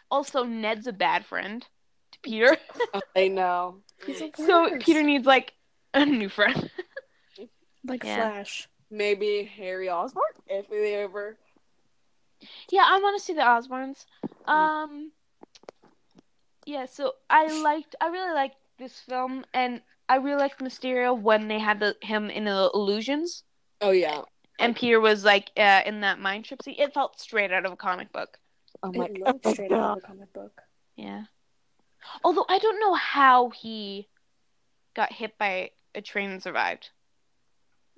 Speaker 1: Also, Ned's a bad friend to Peter,
Speaker 4: it. Oh, I know.
Speaker 2: He's a
Speaker 1: [LAUGHS] so
Speaker 2: worse.
Speaker 1: Peter needs like a new friend.
Speaker 2: like
Speaker 1: Yeah.
Speaker 2: Flash.
Speaker 4: Maybe Harry Osborn, if they ever.
Speaker 1: Yeah, I want to see the Osbournes. Um, yeah, so I liked, I really liked this film, and I really liked Mysterio when they had the him in the illusions,
Speaker 4: Oh yeah.
Speaker 1: and Peter was like uh, in that mind trip scene. It felt straight out of a comic book.
Speaker 4: I'm
Speaker 2: It
Speaker 4: like,
Speaker 2: looked
Speaker 4: oh,
Speaker 2: straight
Speaker 4: God.
Speaker 2: out of a comic book.
Speaker 1: Yeah. Although I don't know how he got hit by a train and survived.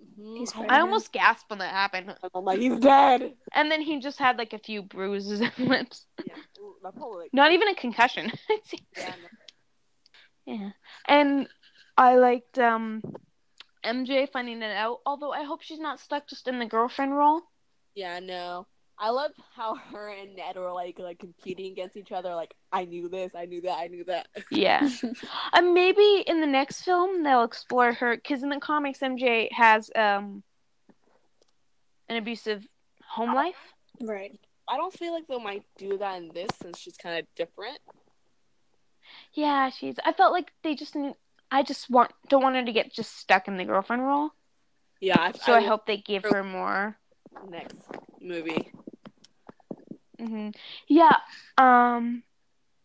Speaker 4: Mhm.
Speaker 2: He's
Speaker 4: I'm
Speaker 1: I
Speaker 2: Mhm.
Speaker 1: almost gasped when that happened,
Speaker 4: I'm like, he's dead.
Speaker 1: and then he just had like a few bruises [LAUGHS] and lips.
Speaker 4: Yeah. Ooh, that probably.
Speaker 1: Not even a concussion. [LAUGHS]
Speaker 4: Yeah, no.
Speaker 1: Yeah. And I liked um MJ finding it out, although I hope she's not stuck just in the girlfriend role.
Speaker 4: Yeah, no. I love how [LAUGHS] her and Ned were like like competing against each other. Like I knew this, I knew that, I knew that.
Speaker 1: Yeah. and maybe in the next film they'll explore her cuz in the comics MJ has um an abusive home life.
Speaker 3: Right.
Speaker 4: I don't feel like they might do that in this since she's kind of different.
Speaker 1: Yeah, she's. I felt like they just. Knew, I just want don't want her to get just stuck in the girlfriend role.
Speaker 4: Yeah, I,
Speaker 1: So I, hope they give her more.
Speaker 4: next movie.
Speaker 1: hmm Yeah. Um,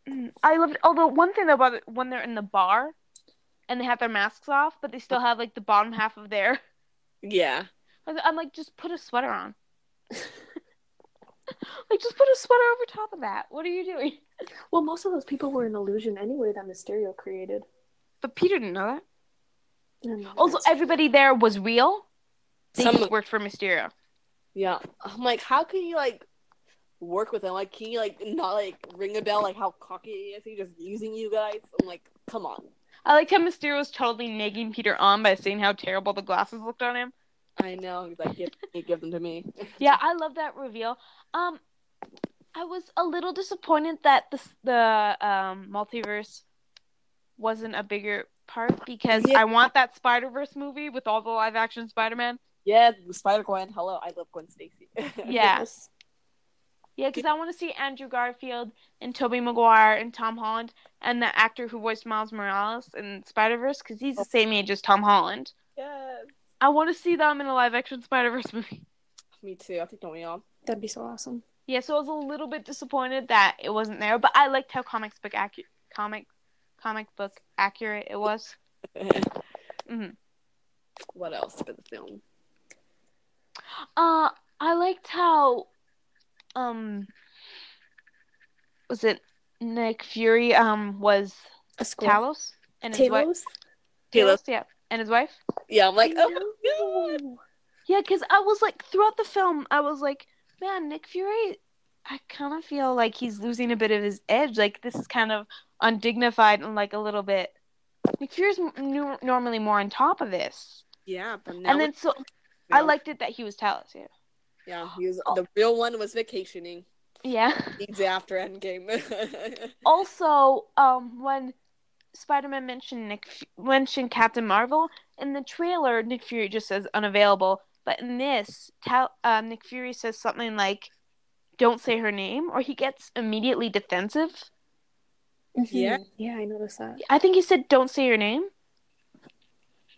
Speaker 1: mm, I loved. Although one thing though about it, when they're in the bar, and they have their masks off, but they still have like the bottom half of their. [LAUGHS]
Speaker 4: Yeah,
Speaker 1: I'm like, just put a sweater on. [LAUGHS] like, just put a sweater over top of that. What are you doing?
Speaker 2: Well, most of those people were an illusion anyway that Mysterio created.
Speaker 1: But Peter didn't know that.
Speaker 2: And
Speaker 1: Mm. Also,
Speaker 2: that's-
Speaker 1: everybody there was real. They
Speaker 4: Some
Speaker 1: just
Speaker 4: of-
Speaker 1: worked for Mysterio.
Speaker 4: yeah. I'm like, how can you like work with him? Like, can you like not like ring a bell? Like, how cocky is he? Just using you guys? I'm like, come on.
Speaker 1: I liked how Mysterio was totally nagging Peter on by saying how terrible the glasses looked on him.
Speaker 4: I know. He's like, give, you give them to me. [LAUGHS]
Speaker 1: Yeah, I love that reveal. Um, I was a little disappointed that the the um, multiverse wasn't a bigger part because
Speaker 4: Yeah.
Speaker 1: I want that Spider Verse movie with all the live action Spider Man.
Speaker 4: Yeah, Spider Gwen. Hello, I love Gwen Stacy. [LAUGHS]
Speaker 1: Yeah. Yeah, because I want to see Andrew Garfield and Tobey Maguire and Tom Holland and the actor who voiced Miles Morales in Spider Verse because he's the same age as Tom Holland.
Speaker 4: Oh. yes.
Speaker 1: I want to see them in a live action Spider Verse [LAUGHS] movie.
Speaker 4: Me too. I think don't we all?
Speaker 2: That'd be so awesome.
Speaker 1: Yeah, so I was a little bit disappointed that it wasn't there, but I liked how comics book accurate comic comic book accurate it was.
Speaker 4: Mm-hmm.
Speaker 1: Mhm.
Speaker 4: What else for the film?
Speaker 1: Uh, I liked how um was it Nick Fury um was
Speaker 2: A squirrel.
Speaker 1: Talos and his wife.
Speaker 2: Talos?
Speaker 4: Talos.
Speaker 1: Talos, yeah, and his wife.
Speaker 4: Yeah, I'm like, oh, my God.
Speaker 2: No.
Speaker 1: Yeah, because I was like, throughout the film, I was like, man, Nick Fury, I kind of feel like he's losing a bit of his edge. Like, this is kind of undignified and like a little bit. Nick Fury's m- nu- normally more on top of this.
Speaker 4: yeah. But now
Speaker 1: and then,
Speaker 4: it's-
Speaker 1: so I Oh. liked it that he was Talos, yeah.
Speaker 4: Yeah, he was the real one was vacationing.
Speaker 1: Yeah.
Speaker 4: Needs after Endgame. [LAUGHS]
Speaker 1: also, um, when Spider Man mentioned Nick, F- mentioned Captain Marvel, in the trailer, Nick Fury just says unavailable. But in this, Tal- uh, Nick Fury says something like, don't say her name, or he gets immediately defensive.
Speaker 4: Yeah.
Speaker 2: Mhm. Yeah, I noticed that.
Speaker 1: I think he said, don't say your name.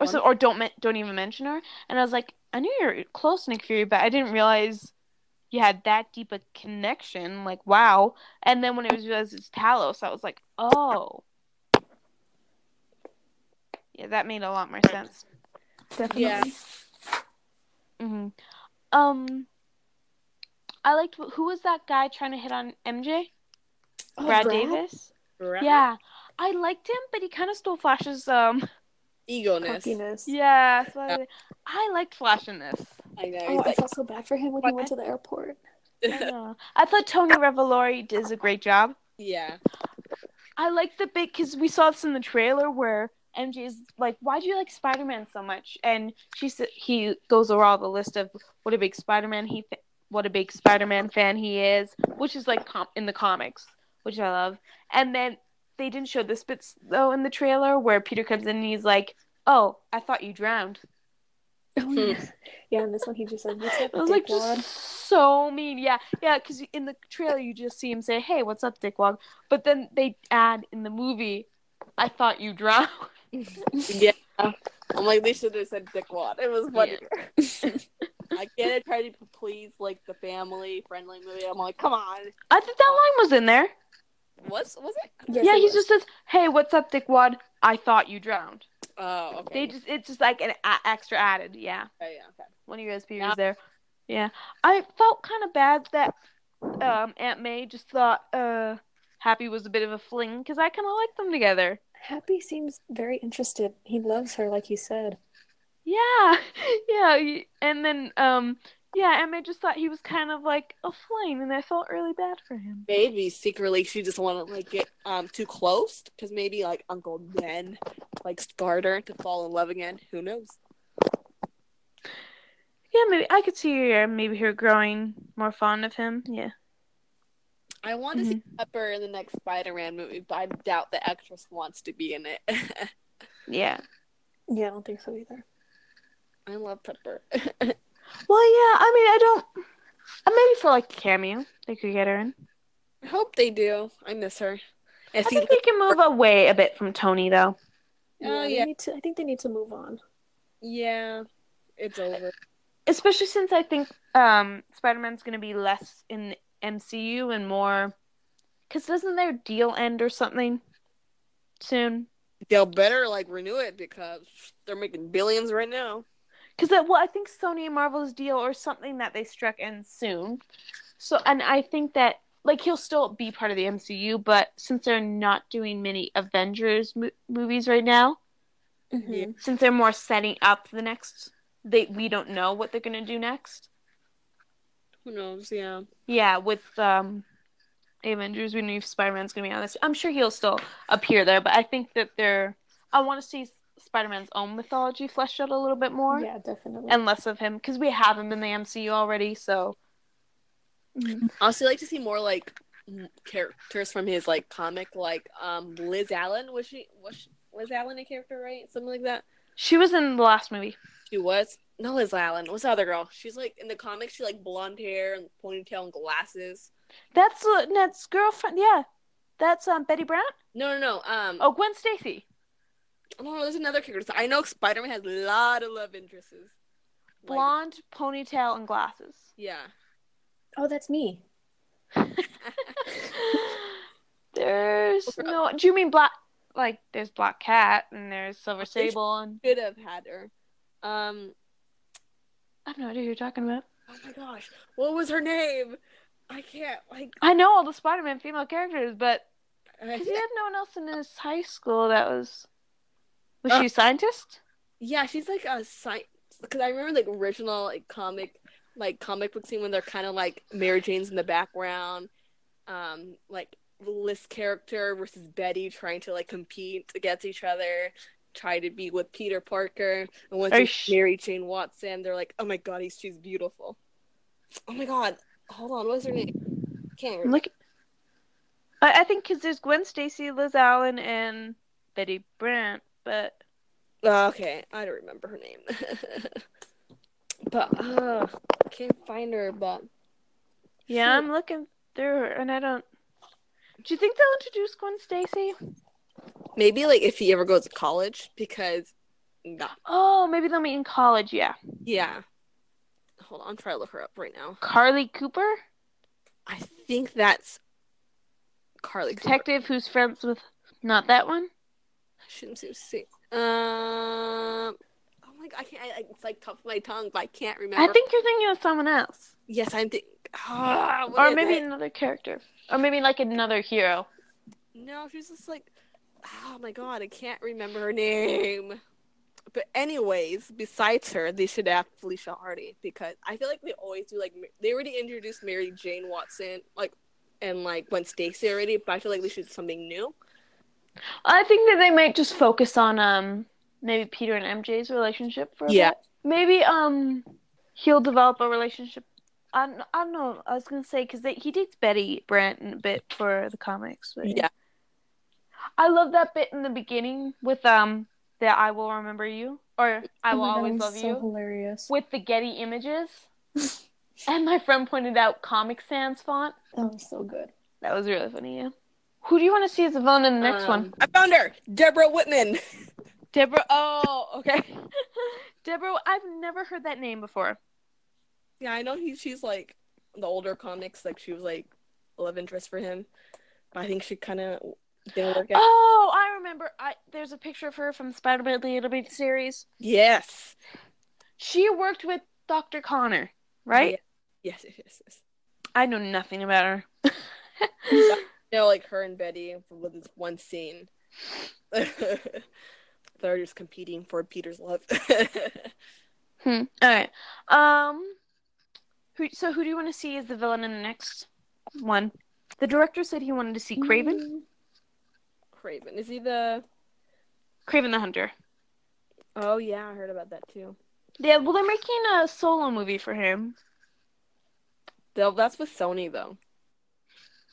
Speaker 1: Or, so, or don't men- don't even mention her. And I was like, I knew you were close, Nick Fury, but I didn't realize you had that deep a connection. Like, wow. And then when it was realized it's Talos, I was like, oh. Yeah, that made a lot more sense.
Speaker 2: Definitely.
Speaker 4: yeah.
Speaker 1: hmm Um, I liked who was that guy trying to hit on MJ?
Speaker 2: Oh,
Speaker 1: Brad, Davis. Yeah, I liked him, but he kind of stole Flash's. Um,
Speaker 4: Egoness.
Speaker 2: Cockiness.
Speaker 1: yeah, so I, I liked Flash in this.
Speaker 4: I know.
Speaker 2: Oh,
Speaker 4: he's
Speaker 2: I
Speaker 4: like,
Speaker 2: felt so bad for him when he went to the airport.
Speaker 1: I, know. I thought Tony Revolori does a great job.
Speaker 4: yeah.
Speaker 1: I liked the bit because we saw this in the trailer where MJ is like, "Why do you like Spider Man so much?" And she said he goes over all the list of what a big Spider Man he, fa- what a big Spider Man fan he is, which is like com- in the comics, which I love. And then they didn't show this bit though in the trailer where Peter comes in and he's like, "Oh, I thought you drowned."
Speaker 2: Oh, yeah. yeah, and this one he just
Speaker 1: [LAUGHS]
Speaker 2: said, What's up,
Speaker 1: It was like
Speaker 2: dickwad?"
Speaker 1: just so mean. Yeah, yeah. Because in the trailer you just see him say, "Hey, what's up, dickwad?" But then they add in the movie, "I thought you drowned." [LAUGHS]
Speaker 4: Yeah. I'm like, they should have said dickwad. It was funny. [LAUGHS] I get it, trying to please like the family friendly movie. I'm like, come on.
Speaker 1: I think that line was in there.
Speaker 4: What's was it?
Speaker 2: Yes,
Speaker 1: yeah,
Speaker 2: it
Speaker 1: he
Speaker 2: was.
Speaker 1: just says, "Hey, what's up, dickwad? I thought you drowned."
Speaker 4: Oh,
Speaker 1: They
Speaker 4: okay.
Speaker 1: just it's just like an a- extra added, yeah.
Speaker 4: Oh, yeah, okay.
Speaker 1: One of you guys
Speaker 4: Yeah.
Speaker 1: was there. Yeah. I felt kind of bad that um Aunt May just thought uh Happy was a bit of a fling cuz I kind of like them together.
Speaker 2: Happy seems very interested. He loves her, like you said.
Speaker 1: Yeah. [LAUGHS] Yeah, y- and then um yeah, Aunt May just thought he was kind of like a fling and I felt really bad for him.
Speaker 4: Maybe secretly she just wanted like get um too close because maybe like Uncle Ben like scarred her to fall in love again. Who knows?
Speaker 1: Yeah, maybe I could see her maybe her growing more fond of him. Yeah.
Speaker 4: I want to see Pepper in the next Spider-Man movie, but I doubt the actress wants to be in it. [LAUGHS]
Speaker 1: Yeah.
Speaker 2: Yeah, I don't think so either.
Speaker 4: I love Pepper.
Speaker 1: Well, yeah, I mean, I don't. Uh, maybe for like a cameo, they could get her in.
Speaker 4: I hope they do. I miss her.
Speaker 1: I
Speaker 4: If he,
Speaker 1: think they can move away a bit from Tony though.
Speaker 4: oh
Speaker 2: they
Speaker 4: yeah,
Speaker 2: need to- I think they need to move on.
Speaker 4: yeah, it's over.
Speaker 1: Especially since I think um Spider Man's gonna be less in MCU and more because doesn't their deal end or something soon?
Speaker 4: They'll better like renew it because they're making billions right now.
Speaker 1: Because well, I think Sony and Marvel's deal or something that they struck ends soon. So, and I think that like he'll still be part of the MCU, but since they're not doing many Avengers mo- movies right now,
Speaker 2: Mm-hmm.
Speaker 4: Yeah.
Speaker 1: since they're more setting up the next, they we don't know what they're gonna do next.
Speaker 4: Who knows? Yeah.
Speaker 1: Yeah, with um, the Avengers, we knew Spider Man's gonna be on this. I'm sure he'll still appear there, but I think that they're. I want to see Spider Man's own mythology fleshed out a little bit more.
Speaker 2: Yeah, definitely.
Speaker 1: and less of him because we have him in the MCU already. So
Speaker 4: Also, like to see more like m- characters from his like comic, like um Liz Allen. Was she was she, Liz Allen a character, right? Something like that.
Speaker 1: she was in the last movie.
Speaker 4: She was no Liz Allen. What's the other girl? She's like in the comics. She like blonde hair and ponytail and glasses.
Speaker 1: That's uh, Ned's girlfriend. Yeah, that's um Betty Brown.
Speaker 4: No, no, no. Um,
Speaker 1: Oh, Gwen Stacy.
Speaker 4: no, there's another character. I know Spider Man has a lot of love interests. Like,
Speaker 1: Blonde, ponytail, and [LAUGHS] glasses.
Speaker 4: yeah.
Speaker 2: oh, that's me.
Speaker 1: there's no. Do you mean black? Like there's Black Cat and there's Silver Sable and
Speaker 4: Should have had her. Um.
Speaker 1: I have no idea who you're talking about.
Speaker 4: Oh my gosh. What was her name? I can't. Like.
Speaker 1: I know all the Spider-Man female characters, but
Speaker 4: I-
Speaker 1: because he had no one else in his high school that was. Was she a scientist?
Speaker 4: Yeah, she's like a sci because I remember like original like comic like comic book scene when they're kind of like Mary Jane's in the background, um, like Liz character versus Betty trying to like compete against each other, try to be with Peter Parker and with
Speaker 1: Are you
Speaker 4: it's
Speaker 1: sh-
Speaker 4: Mary Jane Watson. They're like, oh my god, he's she's beautiful. Oh my god, hold on, what's her name? Can't remember.
Speaker 1: Look, I, I think because there's Gwen Stacy, Liz Allen, and Betty Brant, but
Speaker 4: Oh, okay, I don't remember her name, [LAUGHS] but uh, can't find her. But
Speaker 1: yeah,
Speaker 4: Shoot.
Speaker 1: I'm looking through her, and I don't. Do you think they'll introduce Gwen Stacy?
Speaker 4: Maybe like if he ever goes to college because no.
Speaker 1: Oh, maybe they'll meet in college. Yeah,
Speaker 4: yeah. Hold on, I'm trying to look her up right now.
Speaker 1: Carly Cooper,
Speaker 4: I think that's Carly Cooper.
Speaker 1: detective who's friends with not that one.
Speaker 4: I shouldn't say- say. Um Oh my god, I can't I, I- it's like top of my tongue, but I can't remember.
Speaker 1: I think you're thinking of someone else,
Speaker 4: yes, I'm think Ah, what
Speaker 1: or
Speaker 4: is
Speaker 1: maybe
Speaker 4: it?
Speaker 1: another character, or maybe like another hero.
Speaker 4: No, she's just like Oh my god, I can't remember her name. But anyways, besides her, they should have Felicia Hardy because I feel like they always do like Ma- they already introduced Mary Jane Watson like and like Gwen Stacy already, but I feel like they should do something new.
Speaker 1: I think that they might just focus on um maybe Peter and MJ's relationship for a
Speaker 4: Yeah.
Speaker 1: bit. Maybe um he'll develop a relationship. I don't, I don't know. I was gonna say because he dates Betty Brant a bit for the comics. But
Speaker 4: Yeah.
Speaker 1: I love that bit in the beginning with um the I will remember you or I
Speaker 2: Oh
Speaker 1: will
Speaker 2: my God,
Speaker 1: always
Speaker 2: that
Speaker 1: love
Speaker 2: was
Speaker 1: you
Speaker 2: So hilarious.
Speaker 1: with the Getty images. [LAUGHS] and my friend pointed out Comic Sans font.
Speaker 2: That was so good.
Speaker 1: That was really funny. Yeah. Who do you want to see as the villain in the next
Speaker 4: Um,
Speaker 1: one?
Speaker 4: I found her, Deborah Whitman.
Speaker 1: Deborah. Oh, okay. [LAUGHS] Deborah, I've never heard that name before.
Speaker 4: Yeah, I know he, she's like the older comics, like she was like love interest for him, but I think she kind of didn't work out.
Speaker 1: Oh, I remember. I there's a picture of her from Spider-Man the Animated Series.
Speaker 4: Yes,
Speaker 1: She worked with Dr. Connor, right?
Speaker 4: Yes, yes, yes. yes.
Speaker 1: I know nothing about her.
Speaker 4: You know, like her and Betty with this one scene. [LAUGHS] They're just competing for Peter's love. [LAUGHS]
Speaker 1: hmm. All right. Um. Who? So who do you want to see as the villain in the next one? The director said he wanted to see Craven.
Speaker 4: Craven is he the?
Speaker 1: Craven the Hunter.
Speaker 4: Oh yeah, I heard about that too.
Speaker 1: Yeah. Well, they're making a solo movie for him.
Speaker 4: Though that's with Sony though.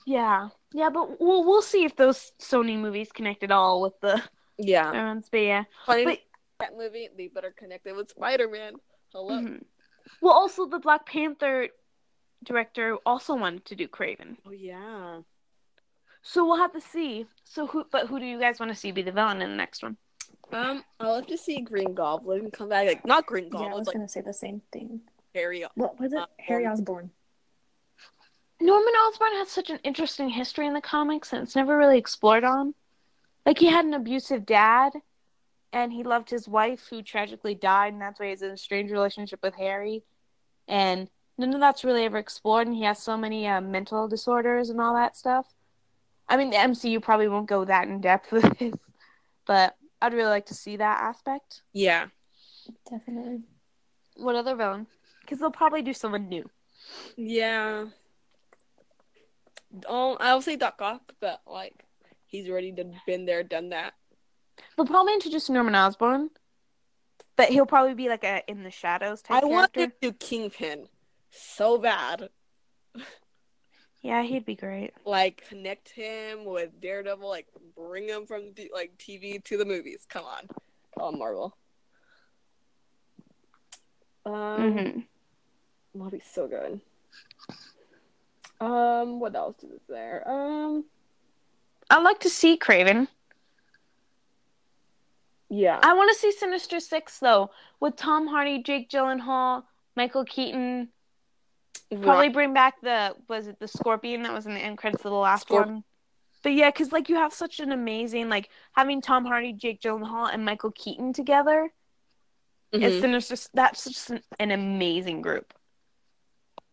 Speaker 1: Yeah. Yeah, but we'll we'll see if those Sony movies connect at all with the [LAUGHS]
Speaker 4: Yeah,
Speaker 1: Irons, but yeah.
Speaker 4: funny
Speaker 1: But-
Speaker 4: that movie. They Mm-hmm.
Speaker 1: Mm-hmm.
Speaker 4: better connect it with Spider Man. Hello.
Speaker 1: Mhm. Well, also the Black Panther director also wanted to do Craven.
Speaker 4: Oh yeah.
Speaker 1: So we'll have to see. So who? But who do you guys want to see be the villain in the next one?
Speaker 4: Um, I'll have to see Green Goblin come back. Like not Green
Speaker 2: Yeah, I
Speaker 4: Goblin,
Speaker 2: was
Speaker 4: it's like
Speaker 2: gonna say the same thing.
Speaker 4: Harry.
Speaker 2: What was it?
Speaker 4: Uh,
Speaker 2: Harry
Speaker 4: um,
Speaker 2: Osborn.
Speaker 1: Norman Osborn has such an interesting history in the comics, and it's never really explored on. Like he had an abusive dad, and he loved his wife, who tragically died, and that's why he's in a strange relationship with Harry. And none of that's really ever explored, and he has so many uh, mental disorders and all that stuff. I mean, the MCU probably won't go that in depth with this, but I'd really like to see that aspect.
Speaker 4: Yeah.
Speaker 2: Definitely.
Speaker 1: What other villain? Because they'll probably do someone new.
Speaker 4: Yeah. Um, I'll say Doc Ock, but like he's already done, been there, done that.
Speaker 1: They'll probably introduce Norman Osborn, but he'll probably be like a in the shadows type
Speaker 4: I
Speaker 1: character.
Speaker 4: want to do Kingpin so bad.
Speaker 1: Yeah, he'd be great.
Speaker 4: Like connect him with Daredevil. Like bring him from the, like TV to the movies. Come on, on Marvel. Um,
Speaker 1: Mm-hmm.
Speaker 4: that'll be so good. Um, what else is there? Um,
Speaker 1: I'd like to see Craven.
Speaker 4: yeah.
Speaker 1: I want to see Sinister Six though, with Tom Hardy, Jake Gyllenhaal, Michael Keaton. Probably bring back the was it the Scorpion that was in the end credits of the last
Speaker 4: Scorp-
Speaker 1: one. But yeah, because like you have such an amazing like having Tom Hardy, Jake Gyllenhaal, and Michael Keaton together.
Speaker 4: Mhm.
Speaker 1: It's Sinister. That's just an, an amazing group.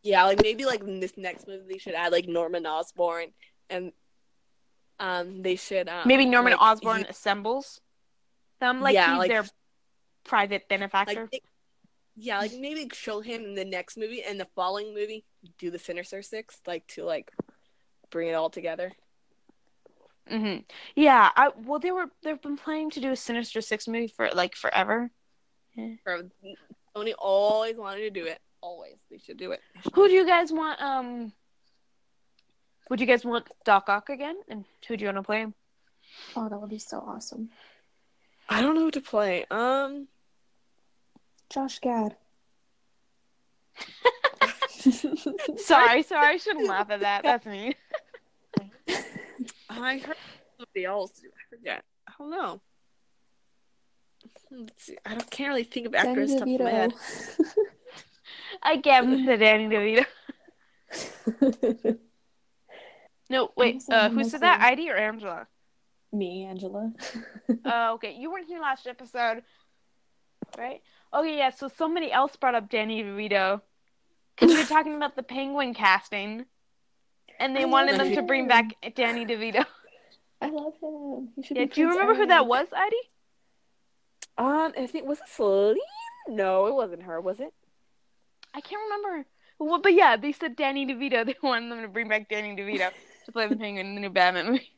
Speaker 4: Yeah, like maybe like in this next movie they should add like Norman Osborn and um they should um,
Speaker 1: Maybe Norman
Speaker 4: like,
Speaker 1: Osborn
Speaker 4: you-
Speaker 1: assembles them like
Speaker 4: Yeah,
Speaker 1: he's
Speaker 4: like-
Speaker 1: their private
Speaker 4: like,
Speaker 1: benefactor.
Speaker 4: they- yeah, like maybe show him in the next movie and the following movie do the Sinister Six like to like bring it all together.
Speaker 1: hmm Yeah, I well they were they've been planning to do a Sinister Six movie for like forever.
Speaker 4: Or Tony always wanted to do it. Always, they should do it.
Speaker 1: Who do you guys want? Um, would you guys want Doc Ock again? And who do you want to play him?
Speaker 2: Oh, that would be so awesome.
Speaker 4: I don't know who to play. Um,
Speaker 2: Josh
Speaker 1: [LAUGHS]
Speaker 2: Gad.
Speaker 1: [LAUGHS]
Speaker 2: [LAUGHS]
Speaker 1: [LAUGHS] Sorry, sorry, I shouldn't laugh at that. That's [LAUGHS] me.
Speaker 4: I heard somebody else do. it. I forget. I don't know. Let's see. I don't, can't really think of
Speaker 2: Danny
Speaker 4: actors off the top of my head.
Speaker 2: DeVito.
Speaker 1: Again, the Danny DeVito. No, wait.
Speaker 2: Amazing,
Speaker 1: Uh, who said that?
Speaker 2: amazing.
Speaker 1: ID or Angela?
Speaker 2: [LAUGHS] Me, Angela. [LAUGHS]
Speaker 1: Oh, okay. You weren't here last episode, right? Okay, yeah. So somebody else brought up Danny DeVito because we were talking about the Penguin casting, and they
Speaker 2: I
Speaker 1: wanted
Speaker 4: love
Speaker 1: them to bring
Speaker 2: him.
Speaker 1: back Danny DeVito.
Speaker 2: I love him.
Speaker 1: [LAUGHS]
Speaker 2: He should
Speaker 1: Yeah,
Speaker 2: be
Speaker 1: do you
Speaker 2: Prince
Speaker 1: remember who that
Speaker 2: Eric.
Speaker 1: was, Heidi?
Speaker 4: Um, I think was it Celine? No, it wasn't her, was it?
Speaker 1: I can't remember. Well, but yeah, they said Danny DeVito. [LAUGHS] They wanted them to bring back Danny DeVito to play the Penguin in the new Batman movie.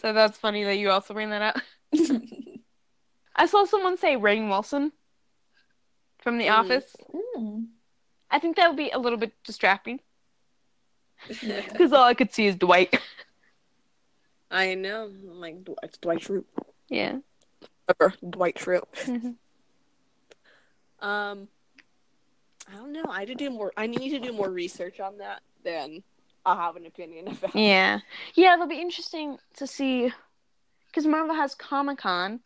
Speaker 1: So that's funny that you also bring that up. I saw someone say Rain Wilson from The
Speaker 4: Mm.
Speaker 1: Office.
Speaker 2: Mm.
Speaker 1: I think that would be a little bit distracting because all I could see is Dwight.
Speaker 4: [LAUGHS]
Speaker 1: [LAUGHS]
Speaker 4: I know, like Dw- it's Dwight Schrute.
Speaker 1: Yeah. Mm-hmm.
Speaker 4: Or Dwight Schrute. Um, I don't know. I did do more. I need to do more research on that. Then I'll have an opinion [LAUGHS] about. it.
Speaker 1: Yeah. Yeah, it'll be interesting to see because Marvel has Comic Con,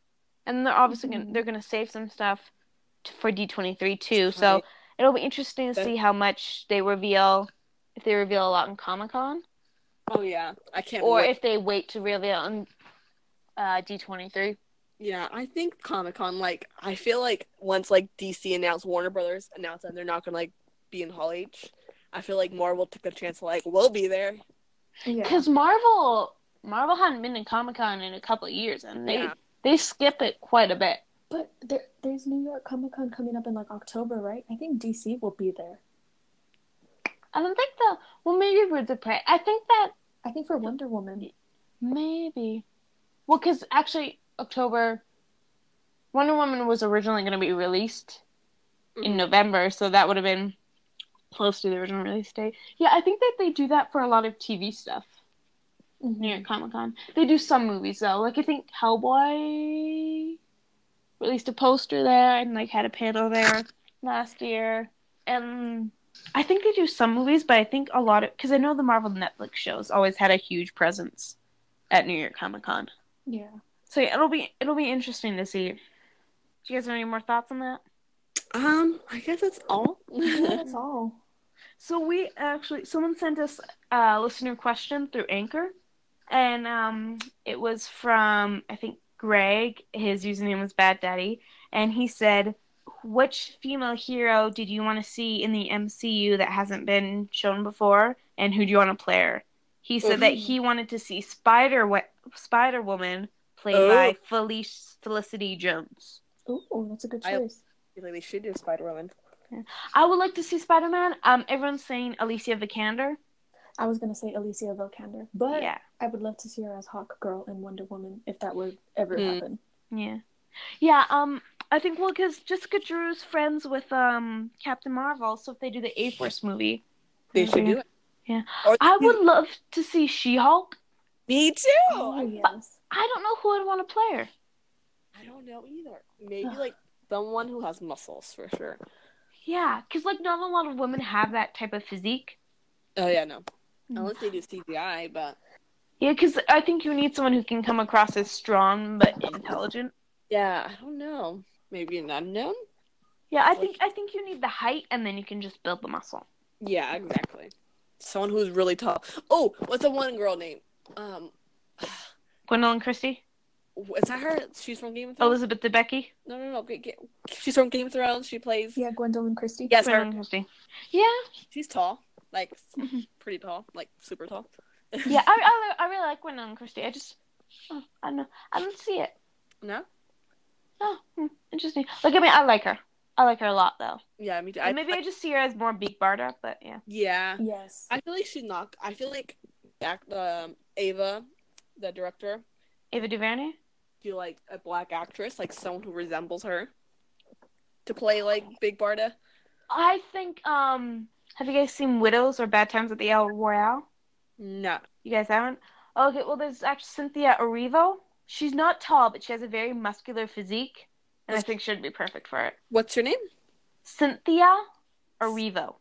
Speaker 1: and they're obviously gonna,
Speaker 2: Mhm.
Speaker 1: they're going to save some stuff t- for D twenty three too. So
Speaker 4: Right.
Speaker 1: it'll be interesting to
Speaker 4: That-
Speaker 1: see how much they reveal if they reveal a lot in Comic Con,
Speaker 4: Oh yeah, I can't.
Speaker 1: or
Speaker 4: wait.
Speaker 1: if they wait to reveal in uh, D twenty three.
Speaker 4: yeah, I think Comic Con. Like, I feel like once like DC announced, Warner Brothers announced that they're not gonna like be in Hall H. I feel like Marvel took a chance. to, Like, we'll be there.
Speaker 2: Yeah.
Speaker 1: Because Marvel Marvel hadn't been in Comic Con in a couple of years, and they
Speaker 4: Yeah.
Speaker 1: they skip it quite a bit.
Speaker 2: But there, there's New York Comic Con coming up in like October, right? I think DC will be there.
Speaker 1: I don't think the well maybe Birds of Prey. I think that
Speaker 2: I think for Wonder Woman.
Speaker 1: Maybe. Well, because actually, October, Wonder Woman was originally going to be released in November, so that would have been close to the original release date. Yeah, I think that they do that for a lot of TV stuff
Speaker 2: Mhm.
Speaker 1: near Comic Con. They do some movies, though. Like, I think Hellboy released a poster there and, like, had a panel there last year. And I think they do some movies, but I think a lot of because I know the Marvel Netflix shows always had a huge presence at New York Comic Con.
Speaker 2: Yeah.
Speaker 1: So yeah, it'll be it'll be interesting to see. Do you guys have any more thoughts on that?
Speaker 4: Um, I guess that's all.
Speaker 2: [LAUGHS] That's all.
Speaker 1: So we actually someone sent us a listener question through Anchor, and um, it was from I think Greg. His username was Bad Daddy, and he said, "Which female hero did you want to see in the MCU that hasn't been shown before, and who do you want to play?" her?" He said that he wanted to see Spider Spider Woman played
Speaker 4: Oh.
Speaker 1: by Felice Felicity Jones.
Speaker 2: Oh, that's a good
Speaker 4: I-
Speaker 2: choice.
Speaker 4: Really, they should do Spider Woman.
Speaker 1: I would like to see Spider Man. Um, everyone's saying Alicia Vikander.
Speaker 2: I, was gonna say Alicia Vikander, but
Speaker 1: yeah,
Speaker 2: I would love to see her as Hawk Girl and Wonder Woman if that would ever
Speaker 4: Mm.
Speaker 2: happen.
Speaker 1: yeah, yeah. Um, I think well, because Jessica Drew's friends with um Captain Marvel, so if they do the A Force movie,
Speaker 4: They should do it.
Speaker 1: Yeah.
Speaker 4: Or-
Speaker 1: I would love to see She Hulk.
Speaker 4: Me too.
Speaker 2: Oh,
Speaker 4: I-
Speaker 2: yes.
Speaker 1: I don't know who I'd want to play her.
Speaker 4: I don't know either. [SIGHS] Maybe like someone who has muscles for sure.
Speaker 1: Yeah, because like not a lot of women have that type of physique.
Speaker 4: Oh yeah, no.
Speaker 1: Mm.
Speaker 4: Unless they do CGI, but
Speaker 1: Yeah, because I think you need someone who can come across as strong but intelligent.
Speaker 4: yeah, I don't know. Maybe an unknown.
Speaker 1: Yeah, I think I think you need the height, and then you can just build the muscle.
Speaker 4: Yeah, exactly. Someone who's really tall. Oh, what's the one girl name? Um,
Speaker 1: Gwendolyn Christie,
Speaker 4: is that her? She's from Game of Thrones.
Speaker 1: Elizabeth Debicki.
Speaker 4: No, no, no. Get, get, she's from Game of Thrones. She plays.
Speaker 2: Yeah, Gwendolyn Christie.
Speaker 4: Yes, her.
Speaker 1: Gwendolyn Christie. Yeah,
Speaker 4: She's tall. Like
Speaker 1: Mhm.
Speaker 4: pretty tall. Like super tall.
Speaker 1: yeah. I, I, I really like Gwendolyn Christie. I just, oh, I don't know. I don't see it.
Speaker 4: No.
Speaker 1: Oh, hmm, interesting. Like I mean, I like her. I like her a lot though.
Speaker 4: Yeah, me too.
Speaker 1: And maybe I just see her as more Big Barda, but yeah.
Speaker 4: yeah.
Speaker 2: Yes.
Speaker 4: I feel like she knocked. I feel like back um, Ava, the director,
Speaker 1: Ava DuVernay.
Speaker 4: she like a black actress, like someone who resembles her, to play like Big Barda.
Speaker 1: I think. Um, have you guys seen Widows or Bad Times at the El Royale?
Speaker 4: No.
Speaker 1: You guys haven't? Okay, well, there's actually Cynthia Erivo. She's not tall, but she has a very muscular physique, and I think she'd be perfect for it.
Speaker 4: What's her name?
Speaker 1: Cynthia Erivo.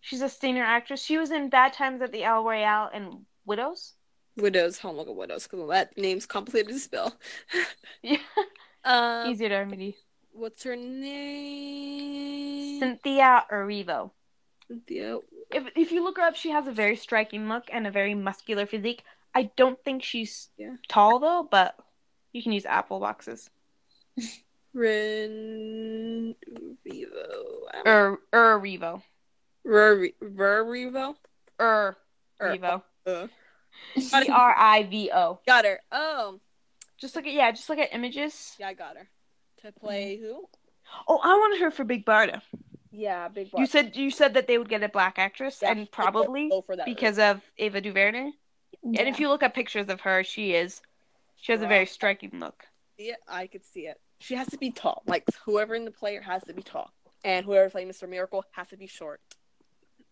Speaker 1: She's a senior actress. She was in Bad Times at the El Royale and Widows.
Speaker 4: Widows. Oh, look at Widows because that name's complicated to spell.
Speaker 1: Yeah,
Speaker 4: Um,
Speaker 1: easier to remedy.
Speaker 4: what's her name?
Speaker 1: Cynthia Erivo.
Speaker 4: Cynthia.
Speaker 1: If if you look her up, she has a very striking look and a very muscular physique. I don't think she's
Speaker 4: Yeah.
Speaker 1: tall though, but you can use apple boxes.
Speaker 4: Ren. Revo.
Speaker 1: Er, Erivo.
Speaker 4: Re- Revo.
Speaker 1: Er,
Speaker 4: Er-
Speaker 1: Erivo.
Speaker 4: Uh,
Speaker 1: E R I V O.
Speaker 4: got her. Oh,
Speaker 1: Just look at yeah, just look at images.
Speaker 4: yeah, I got her. To play who?
Speaker 1: Oh, I wanted her for Big Barda.
Speaker 4: Yeah, Big
Speaker 1: You said you said that they would get a black actress,
Speaker 4: Yeah,
Speaker 1: and probably
Speaker 4: go for that
Speaker 1: because of Ava DuVernay. And if you look at pictures of her, she is she has a very striking look.
Speaker 4: see it, I could see it. She has to be tall. Like whoever in the player has to be tall, and whoever playing Mr. Miracle has to be short.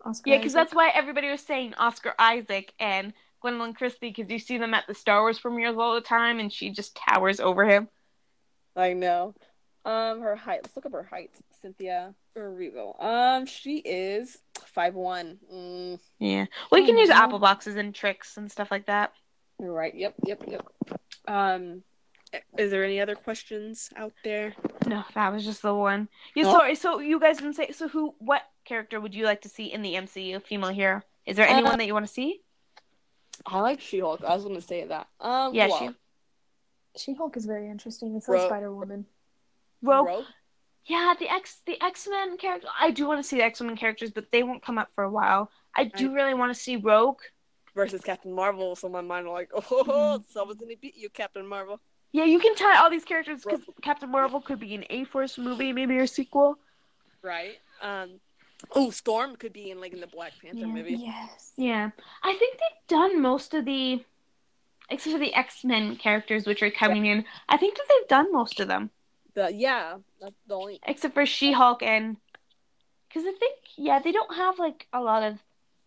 Speaker 2: Oscar
Speaker 1: Yeah, because
Speaker 2: Isaac.
Speaker 1: that's why everybody was saying Oscar Isaac and Gwendolyn Christie, because you see them at the Star Wars premieres all the time, and she just towers over him.
Speaker 4: I know. Um, her height. Let's look up her height. Cynthia Erivo. Um, she is five one. Mm,
Speaker 1: Yeah, well, you can
Speaker 2: Oh,
Speaker 1: use
Speaker 2: wow.
Speaker 1: apple boxes and tricks and stuff like that.
Speaker 4: you're right. Yep. Yep. Yep. Um, is there any other questions out there?
Speaker 1: No, that was just the one. Yeah,
Speaker 4: No.
Speaker 1: sorry. So you guys didn't say. So who? What character would you like to see in the MCU? Female hero? Is there anyone that you want to see?
Speaker 4: I like She Hulk. I was gonna say that. Um,
Speaker 1: Yeah,
Speaker 4: well,
Speaker 1: she-
Speaker 2: She Hulk is very interesting. It's like
Speaker 4: Ro-
Speaker 2: Spider Woman.
Speaker 1: Rogue.
Speaker 4: Rogue.
Speaker 1: Yeah, the X, the X Men character. I do want to see the X Men characters, but they won't come up for a while. I do really want to see Rogue.
Speaker 4: versus Captain Marvel. So my mind like, [LAUGHS] oh, someone's gonna beat you, Captain Marvel.
Speaker 1: Yeah, you can tie all these characters because Captain Marvel could be an A Force movie, maybe or sequel.
Speaker 4: Right. Um. Oh, Storm could be in like in the Black Panther
Speaker 1: Yeah.
Speaker 4: movie.
Speaker 2: Yes.
Speaker 1: Yeah, I think they've done most of the, except for the X Men characters which are coming in. I think that they've done most of them.
Speaker 4: The yeah, that's the only.
Speaker 1: except for She Hulk and because I think yeah they don't have like a lot of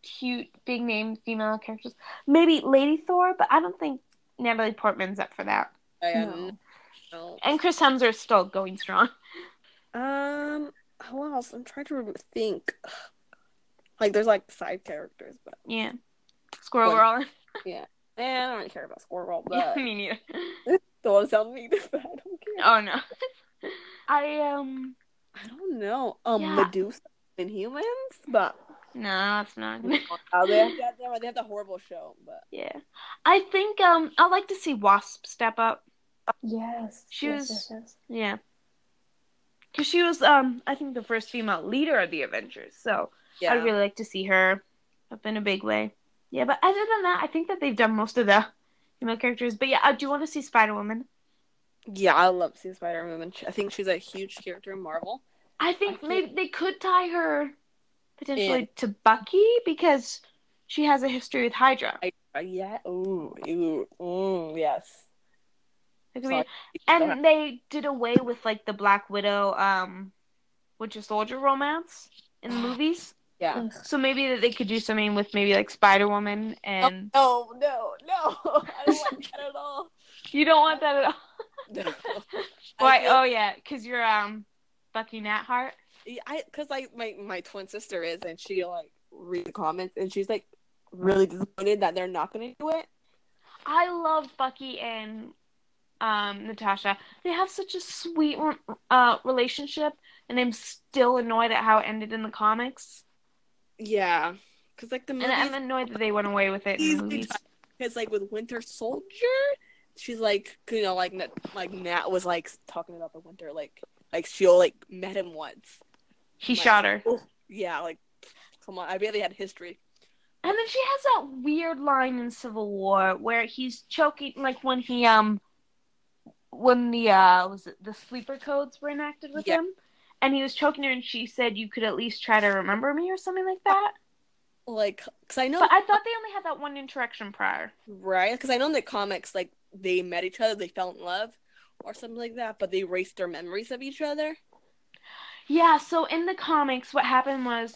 Speaker 1: cute big name female characters. Maybe Lady Thor, but I don't think Natalie Portman's up for that.
Speaker 4: I
Speaker 2: No.
Speaker 4: no.
Speaker 1: And Chris Hemsworth's still going strong.
Speaker 4: Um. Who else? I'm trying to rem- think. [SIGHS] Like there's like side characters, but
Speaker 1: Yeah. Squirrel
Speaker 4: What?
Speaker 1: [LAUGHS] Girl.
Speaker 4: eh, I don't really care about Squirrel, but [LAUGHS]
Speaker 1: Me neither.
Speaker 4: the one sounded [LAUGHS] negative, but I don't care.
Speaker 1: Oh no. [LAUGHS] I um.
Speaker 4: I don't know. Um,
Speaker 1: Yeah.
Speaker 4: Medusa in humans, but
Speaker 1: No, that's not.
Speaker 4: uh, [LAUGHS] they, have, they, have, they have the horrible show, but
Speaker 1: [LAUGHS] yeah. I think um. I like to see Wasp step up.
Speaker 2: Yes.
Speaker 1: She was-
Speaker 2: yes, yes, yes.
Speaker 1: Yeah. Cause she was um. I think the first female leader of the Avengers. So
Speaker 4: yeah,
Speaker 1: I'd really like to see her up in a big way. Yeah, but other than that, I think that they've done most of the female characters. But yeah, I do want to see Spider Woman.
Speaker 4: yeah, I love to see Spider Woman. I think she's a huge character in Marvel.
Speaker 1: I think
Speaker 4: I
Speaker 1: maybe they could tie her potentially
Speaker 4: Yeah.
Speaker 1: to Bucky because she has a history with Hydra.
Speaker 4: I, uh, yeah, ooh, ooh, ooh, yes.
Speaker 1: It could be-
Speaker 4: Sorry. Sorry.
Speaker 1: and they did away with like the Black Widow, um, Winter Soldier romance [SIGHS] in movies.
Speaker 4: yeah.
Speaker 1: So maybe that they could do something with maybe like Spider Woman, and
Speaker 4: [LAUGHS] No, no, no. I don't like that at all.
Speaker 1: you don't want that at all.
Speaker 4: [LAUGHS] No.
Speaker 1: [LAUGHS] Why?
Speaker 4: feel-
Speaker 1: Oh yeah, because you're um Bucky Nathart.
Speaker 4: Yeah, I because like my my twin sister is, and she like read the comments, and she's like really disappointed that they're not gonna do it.
Speaker 1: I love Bucky and um, Natasha. They have such a sweet uh, relationship, and I'm still annoyed at how it ended in the comics.
Speaker 4: Yeah, because like the
Speaker 1: And I'm
Speaker 4: movies,
Speaker 1: annoyed that they went away with it in the
Speaker 4: Easily
Speaker 1: movies.
Speaker 4: because like with Winter Soldier, she's like you know like Nat, like Nat was like talking about the winter like like she'll like met him once.
Speaker 1: He
Speaker 4: Like,
Speaker 1: shot her.
Speaker 4: oh, yeah, like come on, I bet they had history.
Speaker 1: And then she has that weird line in Civil War where he's choking, like when he um, when the uh, was it the sleeper codes were enacted with
Speaker 4: Yeah.
Speaker 1: him, and he was choking her, and she said, "You could at least try to remember me" or something like that.
Speaker 4: Like, cause I know
Speaker 1: But I thought they only had that one interaction prior.
Speaker 4: Right, because I know in the comics, like they met each other, they fell in love, or something like that, but they erased their memories of each other.
Speaker 1: Yeah, so in the comics, what happened was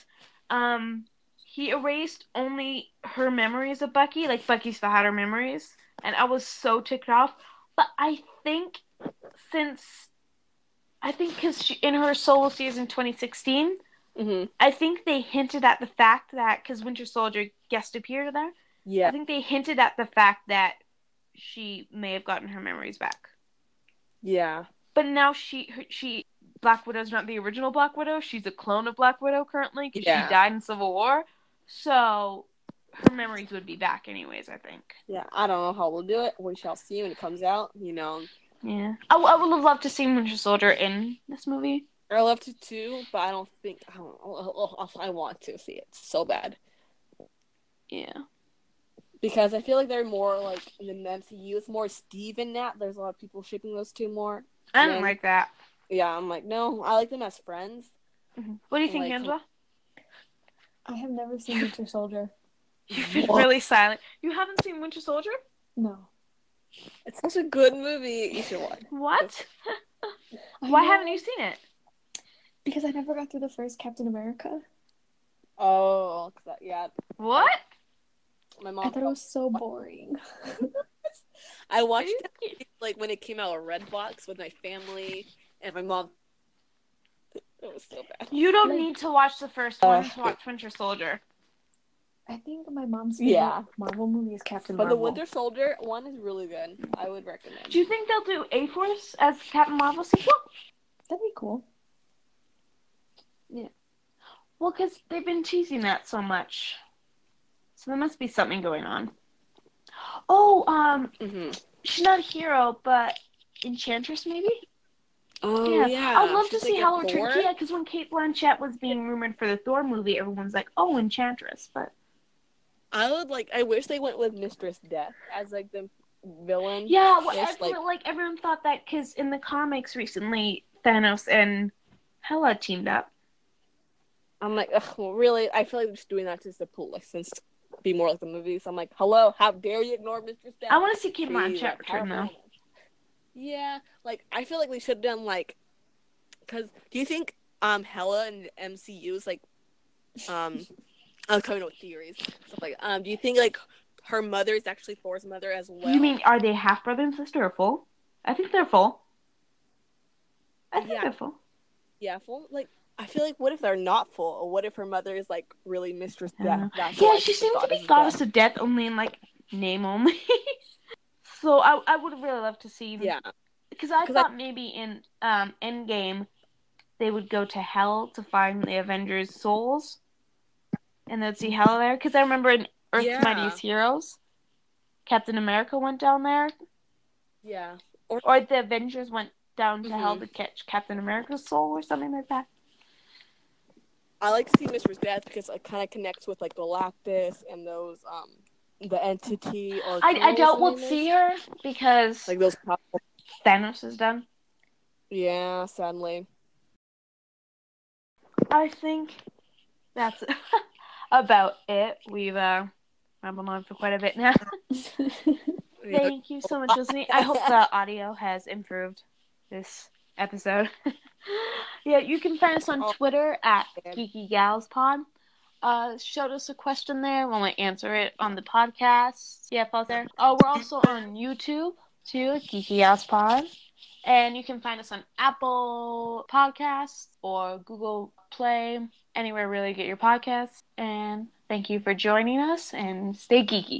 Speaker 1: um, he erased only her memories of Bucky. Like, Bucky still had her memories. And I was so ticked off. But I think since. I think because in her solo series in 2016,
Speaker 4: Mm-hmm.
Speaker 1: I think they hinted at the fact that. Because Winter Soldier guest appeared there. I
Speaker 4: Yeah,
Speaker 1: think they hinted at the fact that she may have gotten her memories back.
Speaker 4: yeah,
Speaker 1: But now she her, she Black Widow's not the original Black Widow. She's a clone of Black Widow currently because
Speaker 4: Yeah.
Speaker 1: she died in Civil War. So her memories would be back anyways. I think.
Speaker 4: yeah. I don't know how we'll do it. We shall see when it comes out. You know,
Speaker 1: Yeah. I, w- I would have loved to see Winter Soldier in this movie.
Speaker 4: I love to too, but I don't think I don't. oh, oh, oh, I want to see it so bad
Speaker 1: Yeah.
Speaker 4: because I feel like they're more like in the MCU. It's more Steve and Nat. There's a lot of people shipping those two more.
Speaker 1: I don't
Speaker 4: Yeah.
Speaker 1: like that.
Speaker 4: Yeah, I'm like, no, I like them as friends.
Speaker 1: Mm-hmm. What do you think,
Speaker 4: Like-
Speaker 1: Angela?
Speaker 2: I have never seen Winter Soldier.
Speaker 1: [LAUGHS] You've been
Speaker 4: What?
Speaker 1: really silent. You haven't seen Winter Soldier?
Speaker 2: No.
Speaker 4: It's such a good movie. You should watch.
Speaker 1: What?
Speaker 2: I
Speaker 1: Why
Speaker 2: know,
Speaker 1: haven't you seen it?
Speaker 2: Because I never got through the first Captain America.
Speaker 4: Oh, 'cause I- yeah,
Speaker 1: What?
Speaker 4: my
Speaker 2: I
Speaker 4: mom.
Speaker 2: thought it was so boring.
Speaker 4: I
Speaker 1: Are
Speaker 4: watched
Speaker 1: you-
Speaker 4: it like when it came out on Redbox with my family and my mom. It was so bad.
Speaker 1: You don't
Speaker 2: Like-
Speaker 1: need to watch the first one
Speaker 4: Uh,
Speaker 1: to watch Winter Soldier.
Speaker 2: I think my mom's favorite
Speaker 4: Yeah.
Speaker 2: Marvel movie is Captain
Speaker 4: But the
Speaker 2: Marvel.
Speaker 4: Winter Soldier one is really good. I would recommend.
Speaker 1: Do you think they'll do A Force as Captain Marvel sequel?
Speaker 2: That'd be cool.
Speaker 1: Well, because they've been teasing that so much. So there must be something going on. Oh, um,
Speaker 4: hmm
Speaker 1: she's not a hero, but Enchantress, maybe?
Speaker 4: Oh
Speaker 1: I'd love
Speaker 4: She's,
Speaker 1: to see
Speaker 4: like, a
Speaker 1: Howard
Speaker 4: Thor.
Speaker 1: Turk. Yeah, because when Kate Blanchett was being rumored for the Thor movie, everyone's like, oh, Enchantress. But
Speaker 4: I would like. I wish they went with Mistress Death as like the villain.
Speaker 1: yeah, well,
Speaker 4: Yes,
Speaker 1: I feel like everyone thought that because in the comics recently, Thanos and Hela teamed up.
Speaker 4: I'm like, ugh, well, really? I feel like just doing that just to pull like since be more like the movies. I'm like, hello, how dare you ignore Mistress Death?
Speaker 1: I want to see Kate
Speaker 4: be,
Speaker 1: Blanchett
Speaker 4: like,
Speaker 1: return, though.
Speaker 4: powerful. Yeah, like I feel like we should have done like, cause do you think um Hella and MCU's like, um, [LAUGHS] I'm coming up with theories stuff like um do you think like her mother is actually Thor's mother as well?
Speaker 1: You mean are they half brother and sister or full? I think they're full. I think
Speaker 4: Yeah.
Speaker 1: they're full.
Speaker 4: yeah, full like I feel like what if they're not full? What if her mother is like really Mistress
Speaker 1: I
Speaker 4: Death?
Speaker 1: know.
Speaker 4: That's
Speaker 1: Yeah,
Speaker 4: like
Speaker 1: she
Speaker 4: the
Speaker 1: seems to be
Speaker 4: of
Speaker 1: goddess
Speaker 4: death.
Speaker 1: of death, only in like name only. [LAUGHS] so I I would have really loved to see.
Speaker 4: Yeah,
Speaker 1: because I
Speaker 4: 'Cause I-
Speaker 1: thought maybe in um Endgame they would go to hell to find the Avengers' souls, and they'd see hell there. Because I remember in Earth's
Speaker 4: Yeah.
Speaker 1: Mightiest Heroes, Captain America went down there,
Speaker 4: yeah.
Speaker 1: or the Avengers went down to hell
Speaker 4: Mhm.
Speaker 1: to catch Captain America's soul or something like that.
Speaker 4: I like to see Mistress Death because it kind of connects with like Galactus and those um the entity or
Speaker 1: I I doubt we'll see her because
Speaker 4: like those. pop-
Speaker 1: Thanos is done.
Speaker 4: Yeah, sadly.
Speaker 1: I think that's [LAUGHS] about it. We've uh, rambled on for quite a bit now.
Speaker 4: Yeah.
Speaker 1: Thank you so much, Disney. I hope the audio has improved this episode. [LAUGHS] yeah, you can find us on Twitter at Geeky Gals Pod. Uh, shout us a question there. We'll answer it on the podcast. Yeah, follow us there. Oh, we're also on YouTube too, Geeky Gals Pod. And you can find us on Apple Podcasts or Google Play, anywhere really get your podcasts. And thank you for joining us and stay geeky.